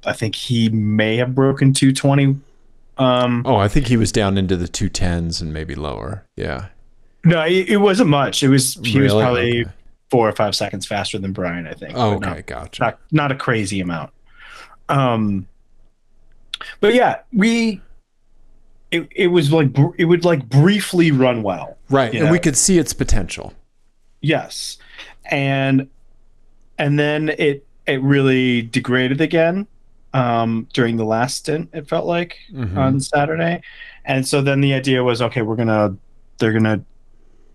I think he may have broken two twenty. Um,
Oh, I think he was down into the 210s and maybe lower. Yeah,
no, it, it wasn't much. It was he was
Really?
probably
Okay.
four or five seconds faster than Brian. I think.
Oh,
but not
okay, gotcha.
not not a crazy amount. Um, but yeah, we it, it was like br- it would like briefly run well.
right,
you
and we
know.
could see its potential.
Yes, and and then it it really degraded again um, during the last stint. It felt like
Mhm.
on Saturday, and so then the idea was okay, we're gonna they're gonna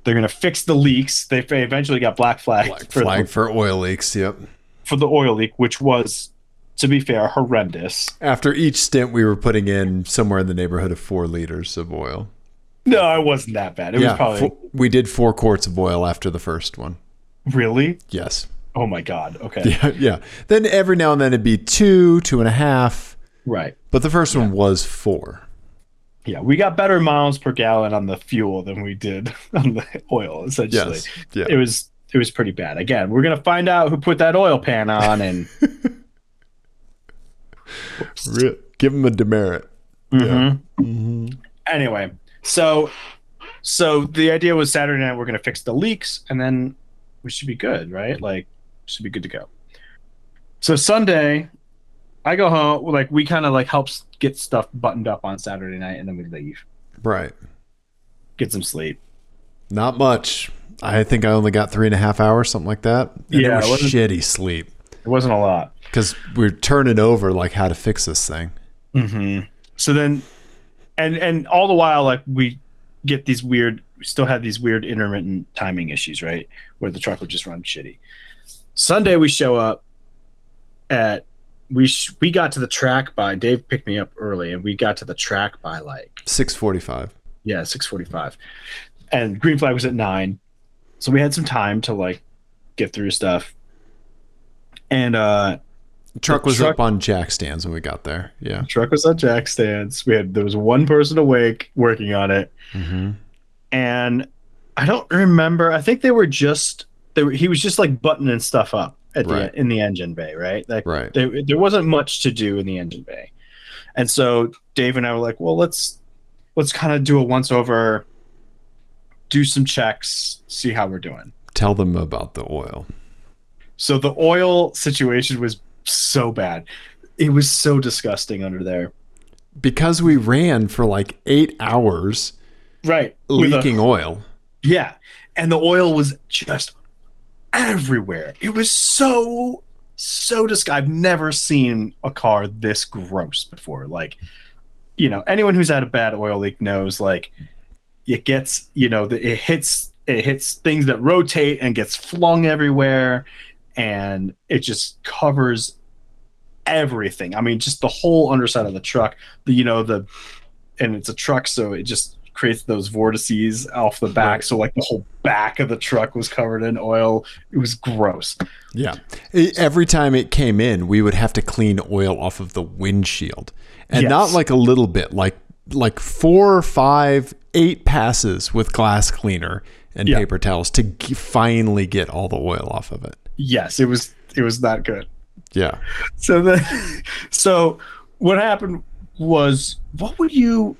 they're gonna fix the leaks. They they eventually got black flagged
Flag,
for
flag
The,
for oil leaks. Yep.
for the oil leak, which was to be fair horrendous.
After each stint, we were putting in somewhere in the neighborhood of four liters of oil.
No, it wasn't that bad. It was probably
four- we did four quarts of oil after the first one.
really.
Yes.
Oh my god. Okay.
Yeah, yeah. Then every now and then it'd be two, two and a half,
Right.
but the first one was four.
Yeah, we got better miles per gallon on the fuel than we did on the oil. Essentially,
Yes. Yeah.
it was it was pretty bad. Again, we're gonna find out who put that oil pan on, and
Re- Give him a demerit.
Mhm.
hmm
anyway, so so the idea was Saturday night we're gonna fix the leaks, and then we should be good, right? Like, should be good to go. So Sunday, I go home. Like, we kind of like helps get stuff buttoned up on Saturday night, and then we leave,
Right.
get some sleep.
Not much. I think I only got three and a half hours, something like that. And it
Yeah,
was
it wasn't-
shitty sleep
It wasn't a lot.
because we're turning over like how to fix this thing.
hmm So then, and and all the while, like we get these weird, we still had these weird intermittent timing issues, right? Where the truck would just run shitty. Sunday we show up at we sh- we got to the track by Dave picked me up early, and we got to the track by like
Six forty-five.
yeah six forty five, and green flag was at nine, so we had some time to like get through stuff. And uh
Truck was
truck-
up on jack stands when we got there. Yeah.
truck was on jack stands. We had there was one person awake working on it,
Mm-hmm.
and I don't remember. I think they were just they were, he was just like buttoning stuff up at
Right.
the in the engine bay, right? Like
Right.
there, there wasn't much to do in the engine bay, and so Dave and I were like, well, let's let's kind of do a once over, do some checks, see how we're doing.
Tell them about the oil.
So the oil situation was so bad. It was so disgusting under there.
because we ran for like eight hours
Right. with a-
leaking oil.
Yeah. And the oil was just everywhere. It was so, so disgusting. I've never seen a car this gross before. Like, you know, anyone who's had a bad oil leak knows, like, it gets, you know, the, it hits, it hits things that rotate and gets flung everywhere. And it just covers everything. I mean, just the whole underside of the truck, the, you know, the, and it's a truck, so it just creates those vortices off the back.
Right.
So like the whole back of the truck was covered in oil. It was gross.
Yeah. E- Every time it came in, we would have to clean oil off of the windshield. And
Yes.
not like a little bit, like like four, five, eight passes with glass cleaner and
Yeah.
paper towels to g- finally get all the oil off of it.
Yes, it was it was not good.
Yeah.
So the so what happened was what would you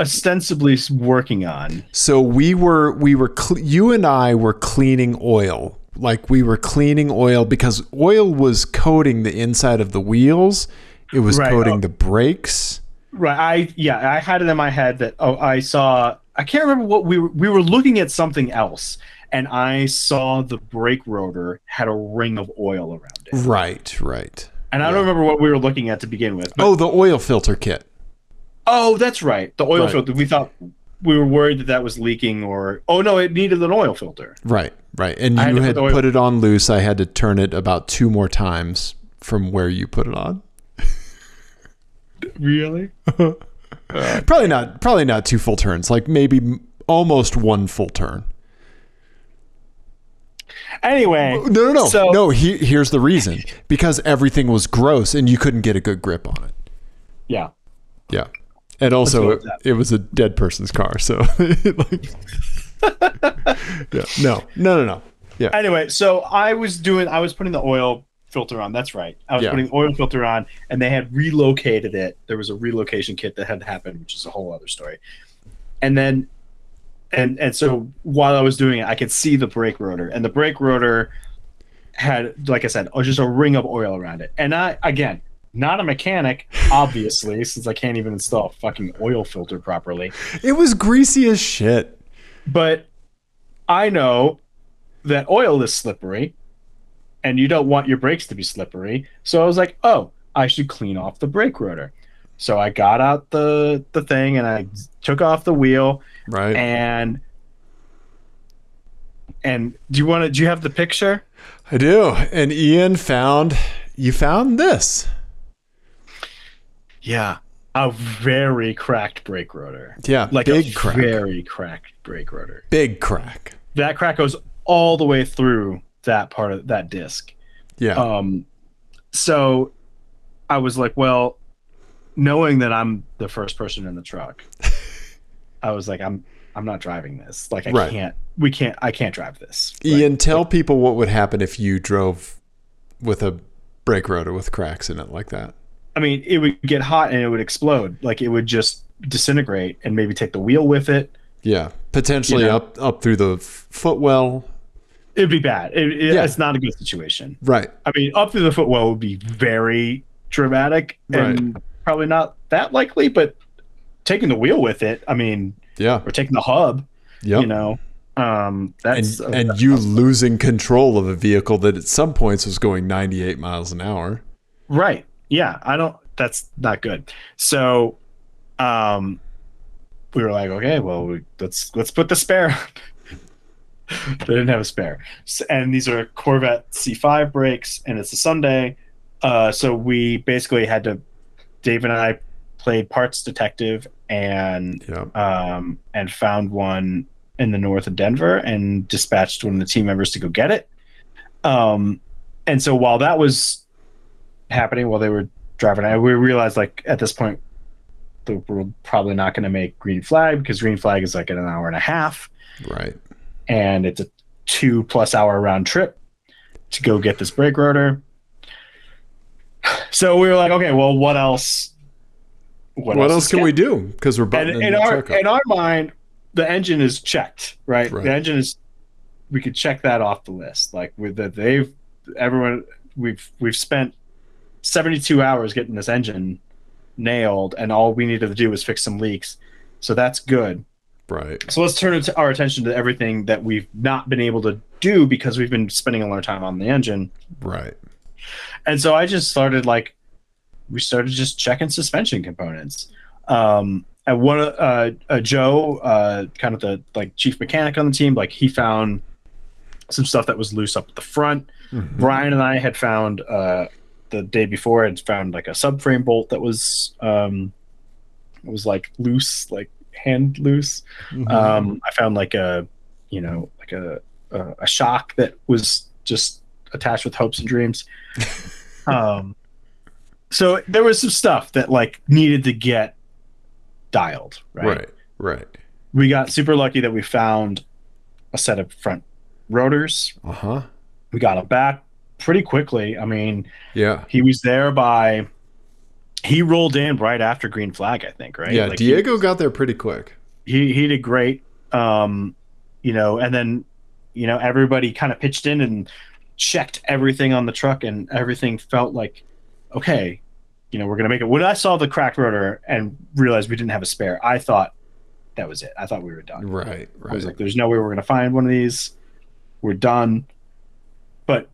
ostensibly working on.
So we were we were cle you and I were cleaning oil. Like we were cleaning oil because oil was coating the inside of the wheels. It was
Right,
coating
oh.
the brakes.
Right. I yeah, I had it in my head that oh, I saw I can't remember what we were we were looking at something else and I saw the brake rotor had a ring of oil around it.
Right, right.
And I don't remember what we were looking at to begin with. But, oh.
Oh, the oil filter kit.
that's right. The oil
Right.
filter. We thought we were worried that that was leaking or oh no, it needed an oil filter.
Right, right. And
I had
you
to put
had
the oil-
put it on loose. I had to turn it about two more times from where you put it on.
Really?
Probably not. Probably not two full turns. Like maybe m- almost one full turn.
Anyway.
No, no, no.
So-
no, he, here's the reason. Because everything was gross and you couldn't get a good grip on it.
Yeah.
Yeah. And also,
Let's
it,
go with
was a dead person's car. So, like, yeah. No, no, no, no. Yeah.
anyway, so I was doing, I was putting the oil filter on. That's right. I was
Yeah.
putting the oil filter on, and they had relocated it. There was a relocation kit that had happened, which is a whole other story. And then, and and so while I was doing it, I could see the brake rotor, and the brake rotor had, like I said, oh, just a ring of oil around it. And I, again, not a mechanic, obviously, since I can't even install a fucking oil filter properly
It was greasy as shit.
but I know that oil is slippery and you don't want your brakes to be slippery. So I was like, oh, I should clean off the brake rotor. So I got out the, the thing and I took off the wheel
Right.
and and do you want to do you have the picture?
I do. And Ian found, you found this.
Yeah. A very cracked brake rotor.
Yeah.
Like
big
a
crack.
very cracked brake rotor.
Big crack.
That crack goes all the way through that part of that disc.
Yeah.
um so i was like well knowing that i'm the first person in the truck i was like i'm i'm not driving this like i
Right.
can't we can't i can't drive this Like,
Ian, tell people what would happen if you drove with a brake rotor with cracks in it like that.
i mean it would get hot and it would explode like it would just disintegrate and maybe take the wheel with it
Yeah, potentially
You know?
up up through the f- footwell.
it'd be bad it, it-
Yeah.
it's not a good situation
Right.
i mean up through the footwell would be very dramatic and probably not that likely but taking the wheel with it i mean
Yeah.
or taking the hub
Yep.
you know um
and
that's uh,
and you losing control of a vehicle that at some points was going 98 miles an hour.
right yeah i don't that's not good so um we were like okay well we, let's let's put the spare up they didn't have a spare S- and these are corvette c5 brakes and it's a sunday uh so we basically had to dave and i played parts detective and
Yeah.
um, and found one in the north of Denver and dispatched one of the team members to go get it. Um, and so while that was happening, while they were driving, I we realized like at this point, the, we're probably not going to make green flag because green flag is like in an hour and a half,
Right.
and it's a two plus hour round trip to go get this brake rotor. So we were like, okay, well, what else?
What,
is
else can
scheduled?
we do? Because we're
and
buttoning
in
the
our
truck up.
in our mind, the engine is checked, right?
Right.
The engine is we could check that off the list. Like with that they've everyone we've we've spent seventy two hours getting this engine nailed, and all we needed to do was fix some leaks. So that's good.
right.
So let's turn our attention to everything that we've not been able to do because we've been spending a lot of time on the engine.
Right.
And so I just started like we started just checking suspension components. Um and one of- uh, uh Joe, uh kind of the like chief mechanic on the team, like he found some stuff that was loose up at the front.
Mhm.
Brian and I had found uh the day before had found like a subframe bolt that was um was like loose, like hand loose.
Mhm.
Um, I found like a, you know, like a a, a shock that was just attached with hopes and dreams. um, so there was some stuff that like needed to get dialed. Right?
right. Right.
We got super lucky that we found a set of front rotors.
Uh huh.
We got them back pretty quickly. I mean,
Yeah.
he was there by he rolled in right after green flag, I think, right?
Yeah,
Like, he-
Diego got there pretty quick.
he he did great. Um, you know, and then you know everybody kind of pitched in and checked everything on the truck, and everything felt like okay. You know, we're gonna make it. When I saw the cracked rotor and realized we didn't have a spare, I thought that was it. I thought we were done.
Right,
I
right.
was like, there's no way we're gonna find one of these. We're done. But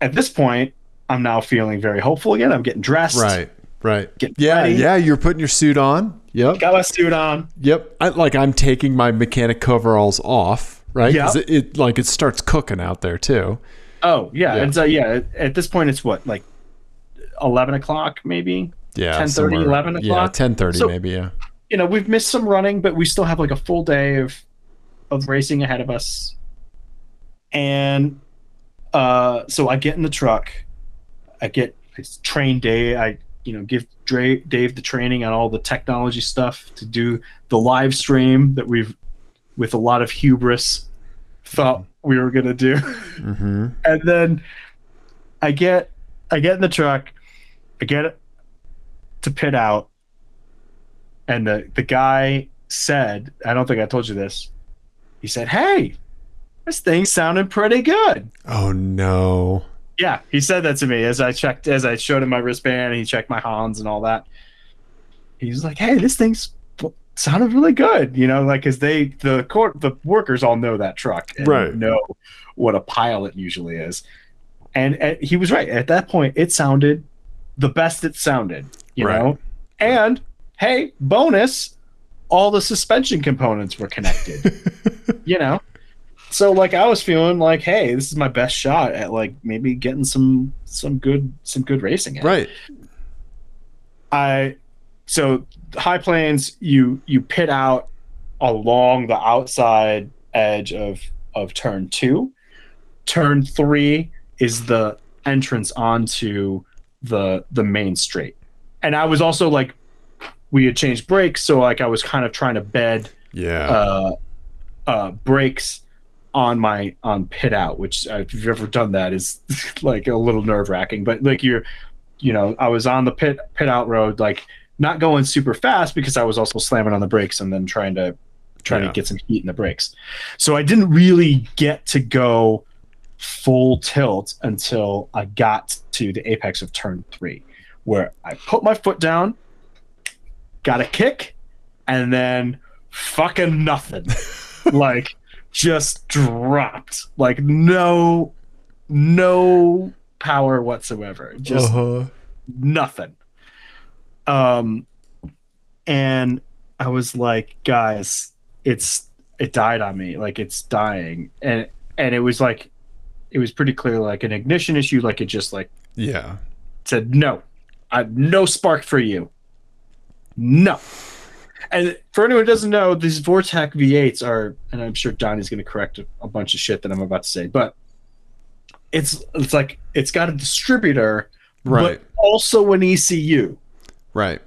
at this point, I'm now feeling very hopeful again. I'm getting dressed.
right, right.
Getting
Yeah,
ready.
yeah, you're putting your suit on. Yep.
Got my suit on.
Yep. I, like I'm taking my mechanic overalls off, right? 'Cause
Yeah.
It, it like it starts cooking out there too.
Oh yeah,
Yeah.
and so yeah, at- at this point it's what like eleven o'clock maybe.
Yeah.
10:30,
somewhere-
11
Yeah,
o'clock?
10:30
So-
maybe. Yeah.
You know we've missed some running, but we still have like a full day of of racing ahead of us. And uh, so I get in the truck. I get it's train day. I you know give Dre, Dave the training on all the technology stuff to do the live stream that we've with a lot of hubris thought we were gonna do.
Mm-hmm.
and then I get I get in the truck, I get to pit out, and the the guy said, I don't think I told you this. He said, "Hey, this thing's sounding pretty good."
Oh no.
Yeah, he said that to me as I checked as I showed him my wristband and he checked my Hans and all that. He's like, "Hey, this thing's." Sounded really good, you know, like because they the court the workers all know that truck, and
Right.
Know what a pilot usually is, and, and he was right. At that point, it sounded the best it sounded, you
Right.
know. And hey, bonus, all the suspension components were connected, you know. So like I was feeling like, hey, this is my best shot at like maybe getting some some good some good racing. in.
Right.
I so high plains you you pit out along the outside edge of of turn 2. Turn 3 is the entrance onto the the main straight. And I was also like we had changed brakes so like I was kind of trying to bed
Yeah.
uh uh brakes on my on pit out which uh, if you've ever done that is like a little nerve wracking but like you're you know i was on the pit pit out road like not going super fast because i was also slamming on the brakes and then trying to trying
Yeah.
to get some heat in the brakes so i didn't really get to go full tilt until i got to the apex of turn three where i put my foot down got a kick and then fucking nothing like just dropped like no no power whatsoever just
uh-huh.
nothing um and i was like guys it's it died on me like it's dying and and it was like it was pretty clear like an ignition issue like it just like
Yeah.
said no I, no spark for you no and for anyone who doesn't know these vortac v8s are and i'm sure donnie's going to correct a, a bunch of shit that i'm about to say but it's it's like it's got a distributor
Right.
but also an ecu
right.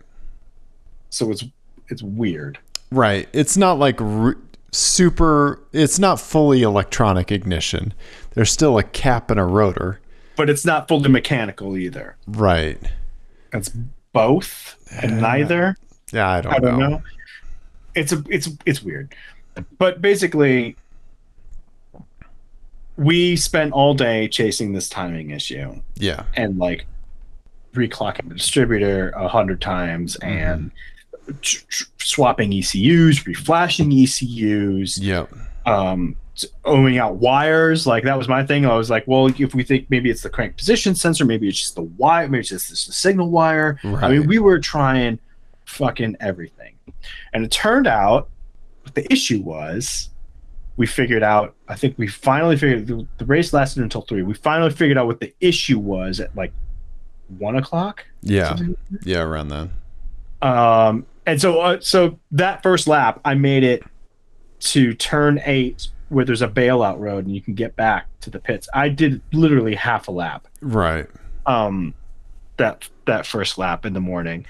so it's it's weird
Right. It's not like r super it's not fully electronic ignition. There's still a cap and a rotor.
but it's not fully mechanical either
Right.
it's both and neither
Yeah, I don't,
I don't know. It's a it's it's weird, but basically, we spent all day chasing this timing issue
Yeah.
and like reclocking the distributor a hundred times and tr- tr- swapping ECUs, reflashing ECUs,
Yep.
um s- owning out wires like that was my thing i was like well if we think maybe it's the crank position sensor maybe it's just the wire maybe it's just the signal wire i mean
Right.
we were trying fucking everything and it turned out what the issue was we figured out i think we finally figured the, the race lasted until three we finally figured out what the issue was at like one o'clock
Yeah.
something
Yeah, around then.
um, and so, uh, so that first lap, I made it to turn eight, where there's a bailout road, and you can get back to the pits. I did literally half a lap.
Right.
Um, that that first lap in the morning,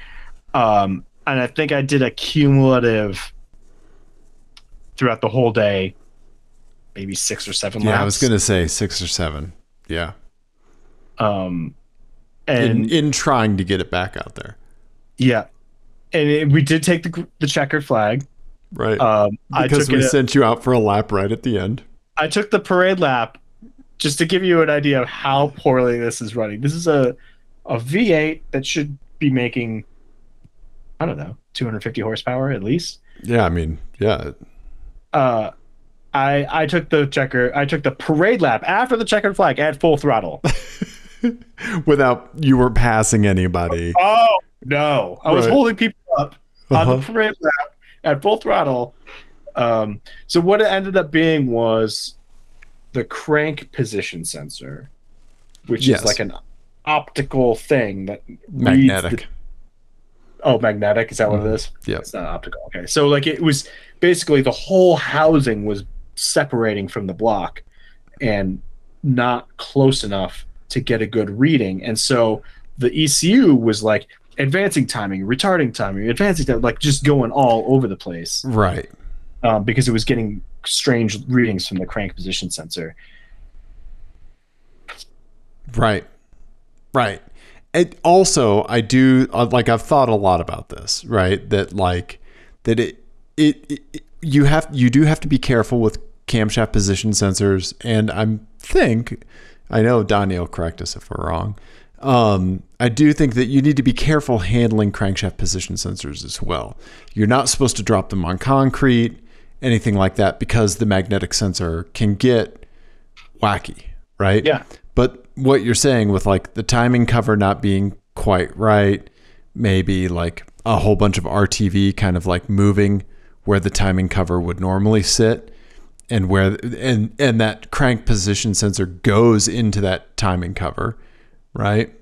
um, and I think I did a cumulative throughout the whole day, maybe six or seven
Yeah,
laps.
I was gonna say six or seven. Yeah.
Um,
In
and Um,
in trying to get it back out there.
Yeah, and it, we did take the the checkered flag.
Right.
Um, I
because
took
we
it,
sent you out for a lap right at the end.
I took the parade lap just to give you an idea of how poorly this is running. This is a a V8 that should be making I don't know 250 horsepower at least.
Yeah, I mean, yeah.
Uh, I I took the checker. I took the parade lap after the checkered flag at full throttle.
Without you were passing anybody.
oh no! I was
Right.
holding people up on the
Uh-huh.
parade lap at full throttle. Um, so what it ended up being was the crank position sensor, which
Yes.
is like an optical thing that reads the-
Magnetic. Mm-hmm.
oh, magnetic is that what it is?
Yep.
It's not optical. Okay, so like it was basically the whole housing was separating from the block, and not close enough to get a good reading, and so the ECU was like advancing timing, retarding timing, advancing timing, like just going all over the place
Right.
um, because it was getting strange readings from the crank position sensor.
Right. Right. It also, I do uh, like I've thought a lot about this, right? That like that it, it it you have you do have to be careful with camshaft position sensors and I'm think I know Donnie will correct us if we're wrong. Um, I do think that you need to be careful handling crankshaft position sensors as well. You're not supposed to drop them on concrete, anything like that, because the magnetic sensor can get wacky, right?
Yeah.
But what you're saying with like the timing cover not being quite right, maybe like a whole bunch of RTV kind of like moving where the timing cover would normally sit and where and and that crank position sensor goes into that timing cover, right?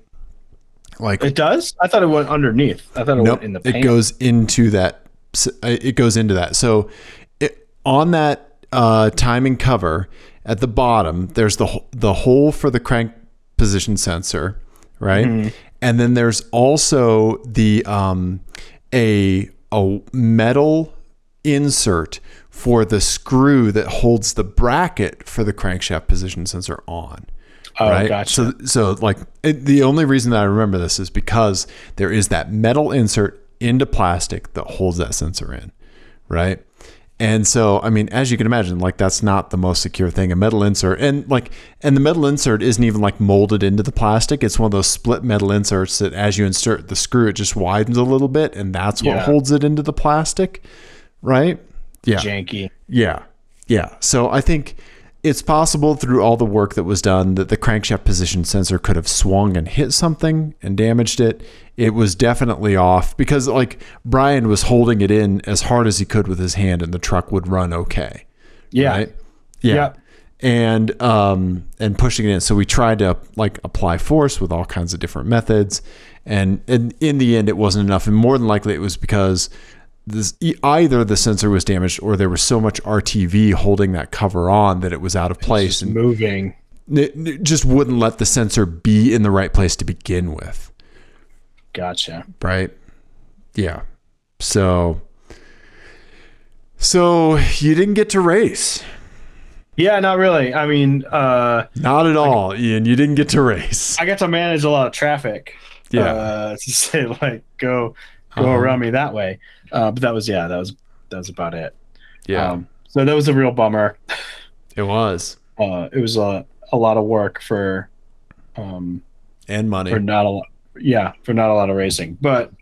Like
It does. I thought it went underneath. I thought it
nope,
went in the
it
paint.
goes into that s- uh, it goes into that. So it, on that uh, timing cover at the bottom, there's the ho- the hole for the crank position sensor, right?
Mm-hmm.
And then there's also the um, a a metal insert for the screw that holds the bracket for the crankshaft position sensor on
oh,
right?
gotcha.
So, so like it, the only reason that I remember this is because there is that metal insert into plastic that holds that sensor in, right? And so, I mean, as you can imagine, like that's not the most secure thing. A metal insert, and like, and the metal insert isn't even like molded into the plastic. It's one of those split metal inserts that, as you insert the screw, it just widens a little bit, and that's what
Yeah.
holds it into the plastic, right? Yeah.
Janky.
Yeah. Yeah. So I think it's possible through all the work that was done that the crankshaft position sensor could have swung and hit something and damaged it. It was definitely off because like Brian was holding it in as hard as he could with his hand and the truck would run okay.
Yeah.
Right? Yeah.
Yep.
And um and pushing it in. So we tried to like apply force with all kinds of different methods. And, and in the end it wasn't enough. And more than likely it was because this e- either the sensor was damaged or there was so much RTV holding that cover on that it was out of place and
Moving.
it, it just wouldn't let the sensor be in the right place to begin with.
Gotcha.
Right? Yeah. So so you didn't get to race.
Yeah, not really. I mean, uh,
Not at all, Ian. You didn't get to race.
I got to manage a lot of traffic.
Yeah. Uh-huh.
Uh, to say like go go around me that way. Uh, but that was yeah, that was that was about it. Um, so that was a real bummer.
it was.
Uh, it was a a lot of work for um
And money.
for not a lot yeah for not a lot of racing, but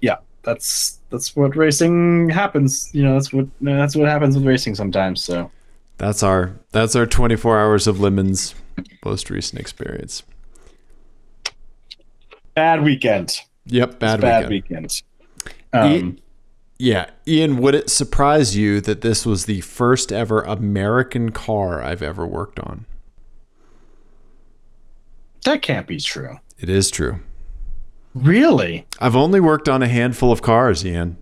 yeah, that's that's what racing happens. You know, that's what that's what happens with racing sometimes. So
That's our that's our 24 hours of lemons most recent experience.
bad weekend.
Yep, bad,
bad
weekend.
weekend. Um,
Yeah, Ian, would it surprise you that this was the first ever American car I've ever worked on?
that can't be true.
It is true.
Really?
I've only worked on a handful of cars, Ian.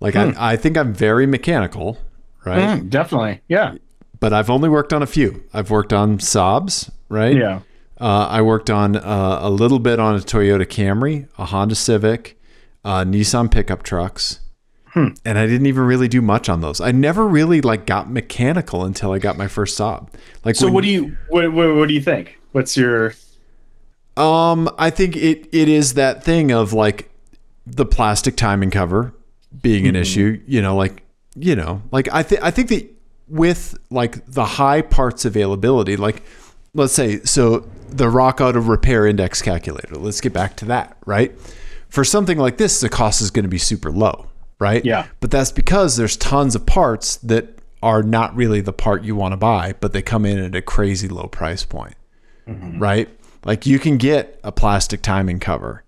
Like
Hmm.
I, I think I'm very mechanical, right?
Mm, definitely. Yeah.
But I've only worked on a few. I've worked on Saabs, right?
Yeah.
Uh, I worked on uh, a little bit on a Toyota Camry, a Honda Civic, uh, Nissan pickup trucks,
Hmm.
and I didn't even really do much on those. I never really like got mechanical until I got my first Saab. Like,
So what do you what, what what do you think? What's your
Um, I think it it is that thing of like the plastic timing cover being an issue. You know, like you know, like I think I think that with like the high parts availability, like let's say so the rock auto repair index calculator. Let's get back to that, right? For something like this, the cost is going to be super low, right?
Yeah.
But that's because there's tons of parts that are not really the part you want to buy, but they come in at a crazy low price point Mm-hmm. right? Like you can get a plastic timing cover,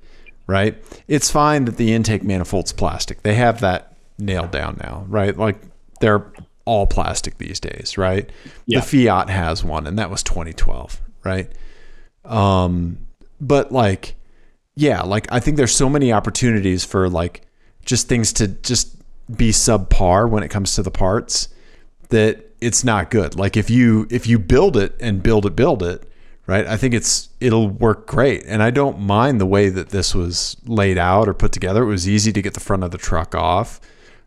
right? It's fine that the intake manifold's plastic. They have that nailed down now, right? Like they're all plastic these days, right?
Yeah.
The Fiat has one, and that was 2012, right? Um, but like, yeah, like I think there's so many opportunities for like just things to just be subpar when it comes to the parts that it's not good. Like if you if you build it and build it, build it, right? I think it's it'll work great. And I don't mind the way that this was laid out or put together. It was easy to get the front of the truck off,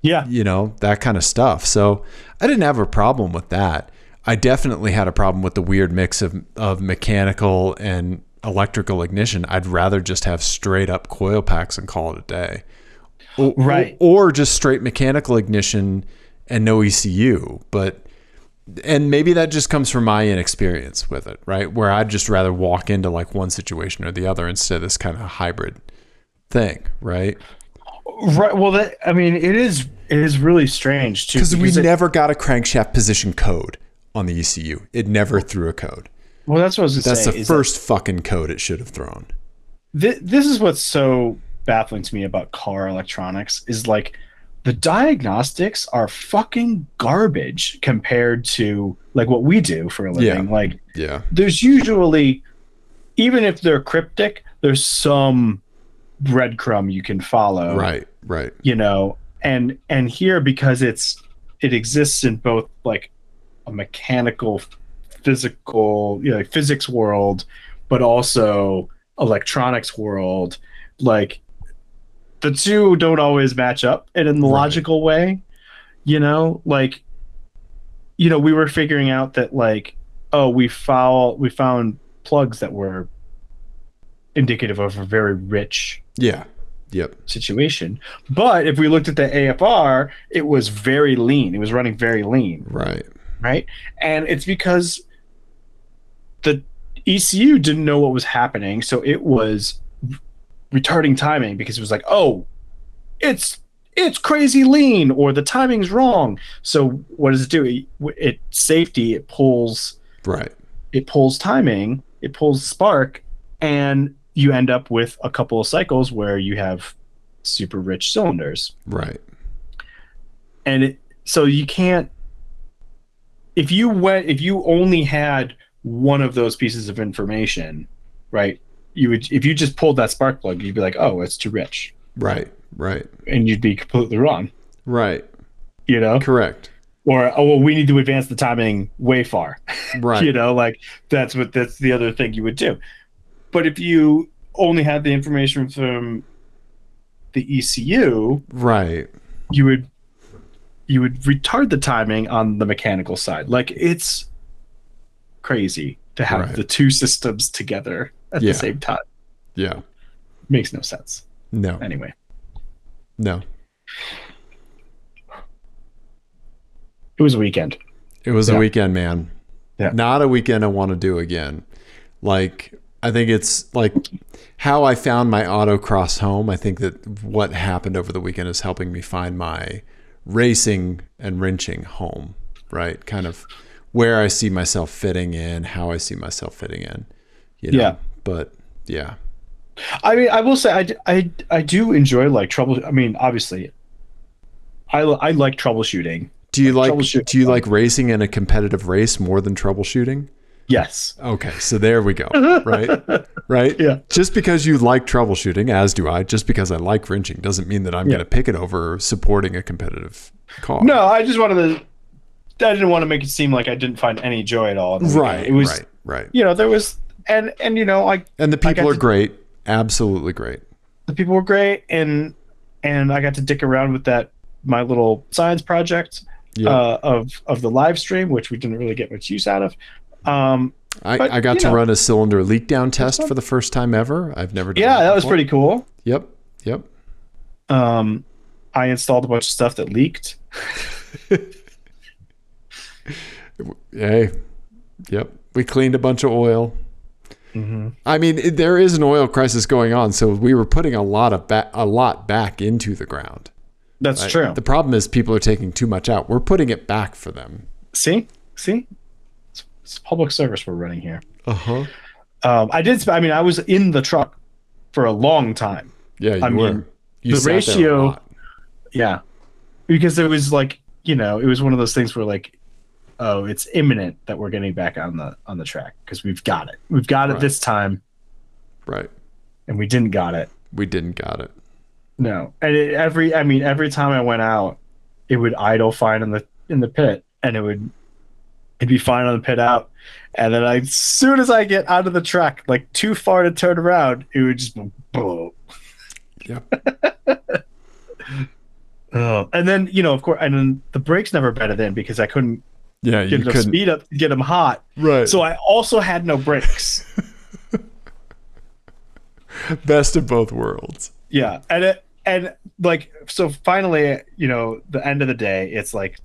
Yeah.
you know, that kind of stuff. So I didn't have a problem with that. I definitely had a problem with the weird mix of of mechanical and electrical ignition. I'd rather just have straight up coil packs and call it a day. Or-
Right.
Or, just straight mechanical ignition and no ECU. But and maybe that just comes from my inexperience with it, right? Where I'd just rather walk into like one situation or the other instead of this kind of hybrid thing, right?
Right. Well, that I mean, it is it is really strange too.
Because we
it-
never got a crankshaft position code on the ECU. It never threw a code.
well, that's what I was gonna
That's
say.
the
is that
first fucking code it should have thrown.
thi- this is what's so baffling to me about car electronics is like the diagnostics are fucking garbage compared to like what we do for a living.
Yeah.
Like
Yeah.
there's usually even if they're cryptic, there's some breadcrumb you can follow.
Right. Right.
you know and and here because it's it exists in both like a mechanical physical you know like physics world but also electronics world like the two don't always match up and in the
Right.
logical way you know like you know we were figuring out that like oh we foul we found plugs that were indicative of a very rich
Yeah. Yep.
situation. But if we looked at the AFR, it was very lean. It was running very lean,
Right.
right? And it's because the ECU didn't know what was happening, so it was retarding timing because it was like, "Oh, it's it's crazy lean or the timing's wrong." So what does it do? It, it safety, it pulls
Right.
it pulls timing, it pulls spark, and you end up with a couple of cycles where you have super rich cylinders.
Right.
And it, so you can't if you went if you only had one of those pieces of information, right? You would if you just pulled that spark plug, you'd be like, "Oh, it's too rich."
Right. Right.
And you'd be completely wrong,
Right.
you know?
Correct.
Or, "Oh, well, we need to advance the timing way far."
Right.
you know like that's what that's the other thing you would do but if you only had the information from the ecu
Right.
you would you would retard the timing on the mechanical side like it's crazy to have
Right.
the two systems together at
Yeah.
the same time
Yeah.
makes no sense
No.
anyway
No.
it was a weekend
It was a
Yeah.
weekend, man.
Yeah.
Not a weekend I want to do again. Like I think it's like how I found my autocross home. I think that what happened over the weekend is helping me find my racing and wrenching home, right? Kind of where I see myself fitting in, how I see myself fitting in. You know?
Yeah.
But yeah.
I mean, I will say I, d- I, I do enjoy like trouble. I mean, obviously, I, l- I like troubleshooting.
Do you like
troubleshooting.
do you like racing in a competitive race more than troubleshooting?
Yes,
Okay, so there we go. Right? Right?
Yeah.
Just because you like troubleshooting, as do I, just because I like wrenching doesn't mean that I'm
Yeah.
going to pick it over supporting a competitive car.
No, I just wanted to. I didn't want to make it seem like I didn't find any joy at all. in the weekend.
Right.
It was,
right. Right.
you know, there was, and and you know, like
And the
I got
people are
to-
great. Absolutely great.
the people were great, and and I got to dick around with that my little science project
Yeah.
uh, of of the live stream, which we didn't really get much use out of. Um,
I,
but,
I got
you
to
know.
run a cylinder leak down test
fun.
for the first time ever. I've never done
yeah,
that
that was
before.
pretty cool.
Yep. Yep.
Um, I installed a bunch of stuff that leaked.
Hey, yep. We cleaned a bunch of oil.
Mm-hmm.
I mean, it- there is an oil crisis going on, so we were putting a lot of ba- a lot back into the ground.
That's
right?
true.
The problem is people are taking too much out. We're putting it back for them.
see, see, it's, it's public service we're running here.
Uh huh.
Um, I did. sp- I mean, I was in the truck for a long time.
Yeah, you
I mean,
were. you
the
sat there a
ratio-
lot.
Yeah, because it was like you know, it was one of those things where like, oh, it's imminent that we're getting back on the on the track because we've got it. We've got it
Right.
this time,
Right.
and we didn't got it.
We didn't got it.
No, and it, every I mean, every time I went out, it would idle fine in the in the pit, and it would it'd be fine on the pit out, and then I, as soon as I get out of the track, like too far to turn around, it would just blow. Yep. Oh, and then you know, of course, and then the brakes never better then because I couldn't
Yeah,
get
you
enough
couldn't.
speed up to get them hot.
Right.
So I also had no brakes.
best of both worlds.
yeah and it and like so finally you know the end of the day it's like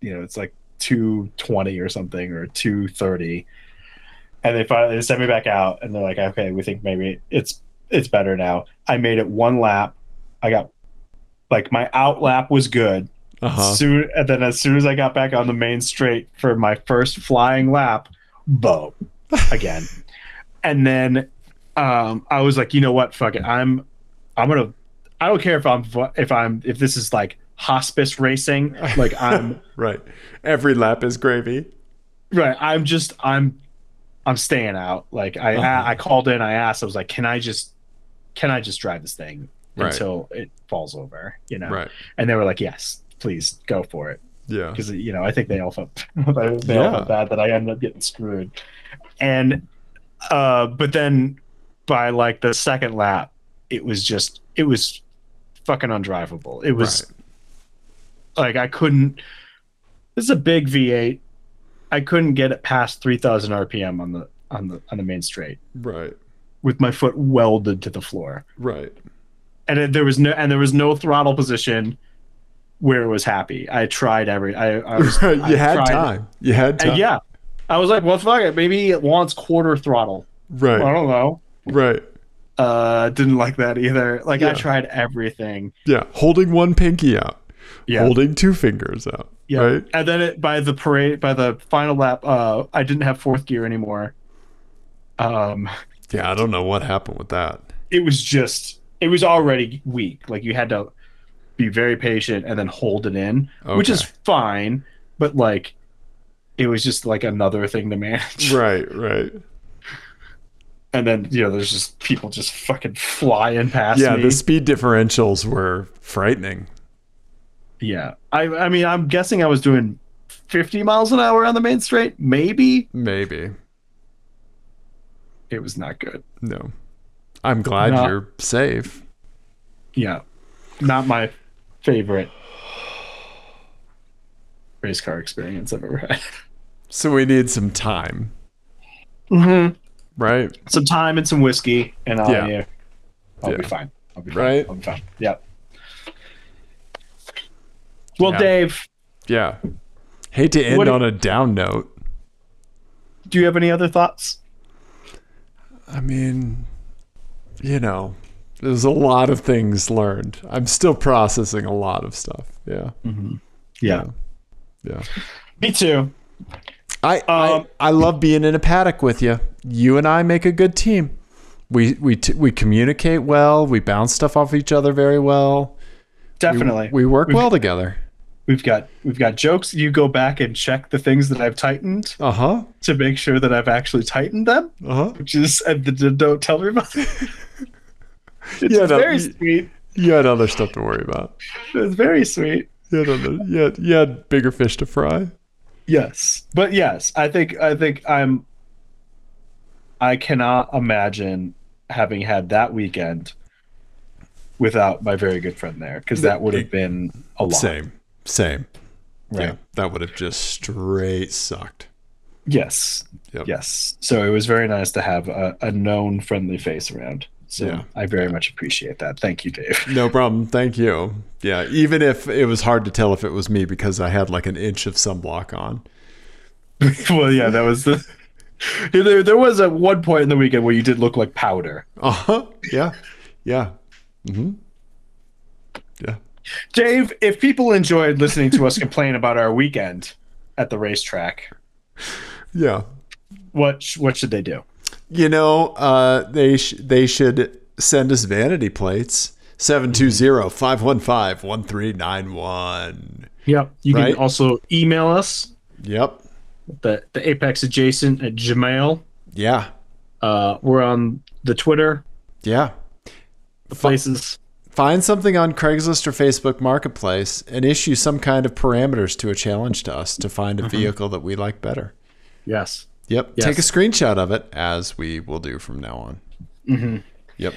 you know it's like 220 or something or 230 and they finally they send me back out and they're like okay we think maybe it's it's better now i made it one lap i got like my out lap was good
Uh huh.
soon and then as soon as i got back on the main straight for my first flying lap boom again and then um i was like you know what fuck it i'm i'm gonna i don't care if i'm vo- if i'm if this is like hospice racing like i'm
Right. Every lap is gravy.
right i'm just i'm i'm staying out like i
Uh-huh.
I, I called in i asked i was like can i just can i just drive this thing
Right.
until it falls over you know
Right.
and they were like yes please go for it
Yeah.
because you know I think they all felt they all
Yeah.
felt bad that I ended up getting screwed, and uh, but then by like the second lap, it was just it was fucking undrivable. It was like I couldn't. This is a big V8. I couldn't get it past three thousand RPM on the on the on the main straight
Right.
with my foot welded to the floor,
Right.
and it, there was no and there was no throttle position where it was happy. I tried every I, I was
Right. You
I
had
tried-
time. You had
And
time.
Uh, yeah, I was like, well, fuck it. Maybe it wants quarter throttle. I
Right.
don't know.
Right.
Uh, didn't like that either. Like
Yeah.
I tried everything.
Yeah. Holding one pinky out.
Yeah.
Holding two fingers out.
yeah.
Right.
And then it, by the parade, by the final lap, uh, I didn't have fourth gear anymore. Um,
Yeah. I don't know what happened with that.
it was just, it was already weak. Like you had to be very patient and then hold it in, which is
Okay.
fine. But like, it was just like another thing to manage.
Right. Right.
And then you know, there's just people just fucking flying past
yeah.
me.
The speed differentials were frightening.
Yeah. I I mean, I'm guessing I was doing 50 miles an hour on the main straight. Maybe
Maybe.
it was not good.
No. I'm glad
No.
you're safe.
Yeah. Not my favorite race car experience I've ever had.
So we need some time.
Mm-hmm.
Right.
Some time and some whiskey, and I'll,
Yeah.
yeah. I'll be
Yeah.
fine. I'll be fine.
Right.
I'll be fine. Yeah. Well,
Yeah.
Dave,
Yeah. Hate to end
What-
on a down note.
do you have any other thoughts?
I mean, you know, there's a lot of things learned. I'm still processing a lot of stuff. Yeah.
Yeah.
Yeah.
Me too.
I,
Um,
I I love being in a paddock with you. You and I make a good team. We we t- we communicate well. We bounce stuff off each other very well.
Definitely.
We work
We've-
well together.
We've got we've got jokes. You go back and check the things that I've tightened.
Uh-huh.
to make sure that I've actually tightened them,
Uh-huh.
which is and the, the don't tell me about. it. It's
Yeah, no,
very
you-
sweet.
You had other stuff to worry about.
It's very sweet.
You had other you had, you had bigger fish to fry.
Yes, but yes, I think I think I'm. I cannot imagine having had that weekend without my very good friend there because that would have been a lot.
Same. Same.
Right.
Yeah. That would have just straight sucked.
Yes.
Yep.
Yes. So it was very nice to have a, a known friendly face around. So
Yeah.
I very much appreciate that. Thank you, Dave.
No problem. Thank you. Yeah, even if it was hard to tell if it was me because I had like an inch of sunblock on.
well, yeah, that was the. There, there was at one point in the weekend where you did look like powder.
Uh huh. Yeah. Yeah. Mm-hmm. Yeah.
Dave, if people enjoyed listening to us complain about our weekend at the racetrack,
Yeah.
what sh- what should they do?
You know, uh, they sh- they should send us vanity plates. 720-515-1391.
Yep. You
Right.
can also email us
Yep.
the the apex adjacent at Gmail.
Yeah.
Uh, we're on the Twitter,
Yeah.
the places.
Find something on Craigslist or Facebook Marketplace and issue some kind of parameters to a challenge to us to find a vehicle that we like better.
Yes.
Yep.
Yes.
Take a screenshot of it as we will do from now on. Yep.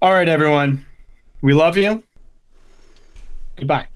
All right, everyone. We love you. Goodbye.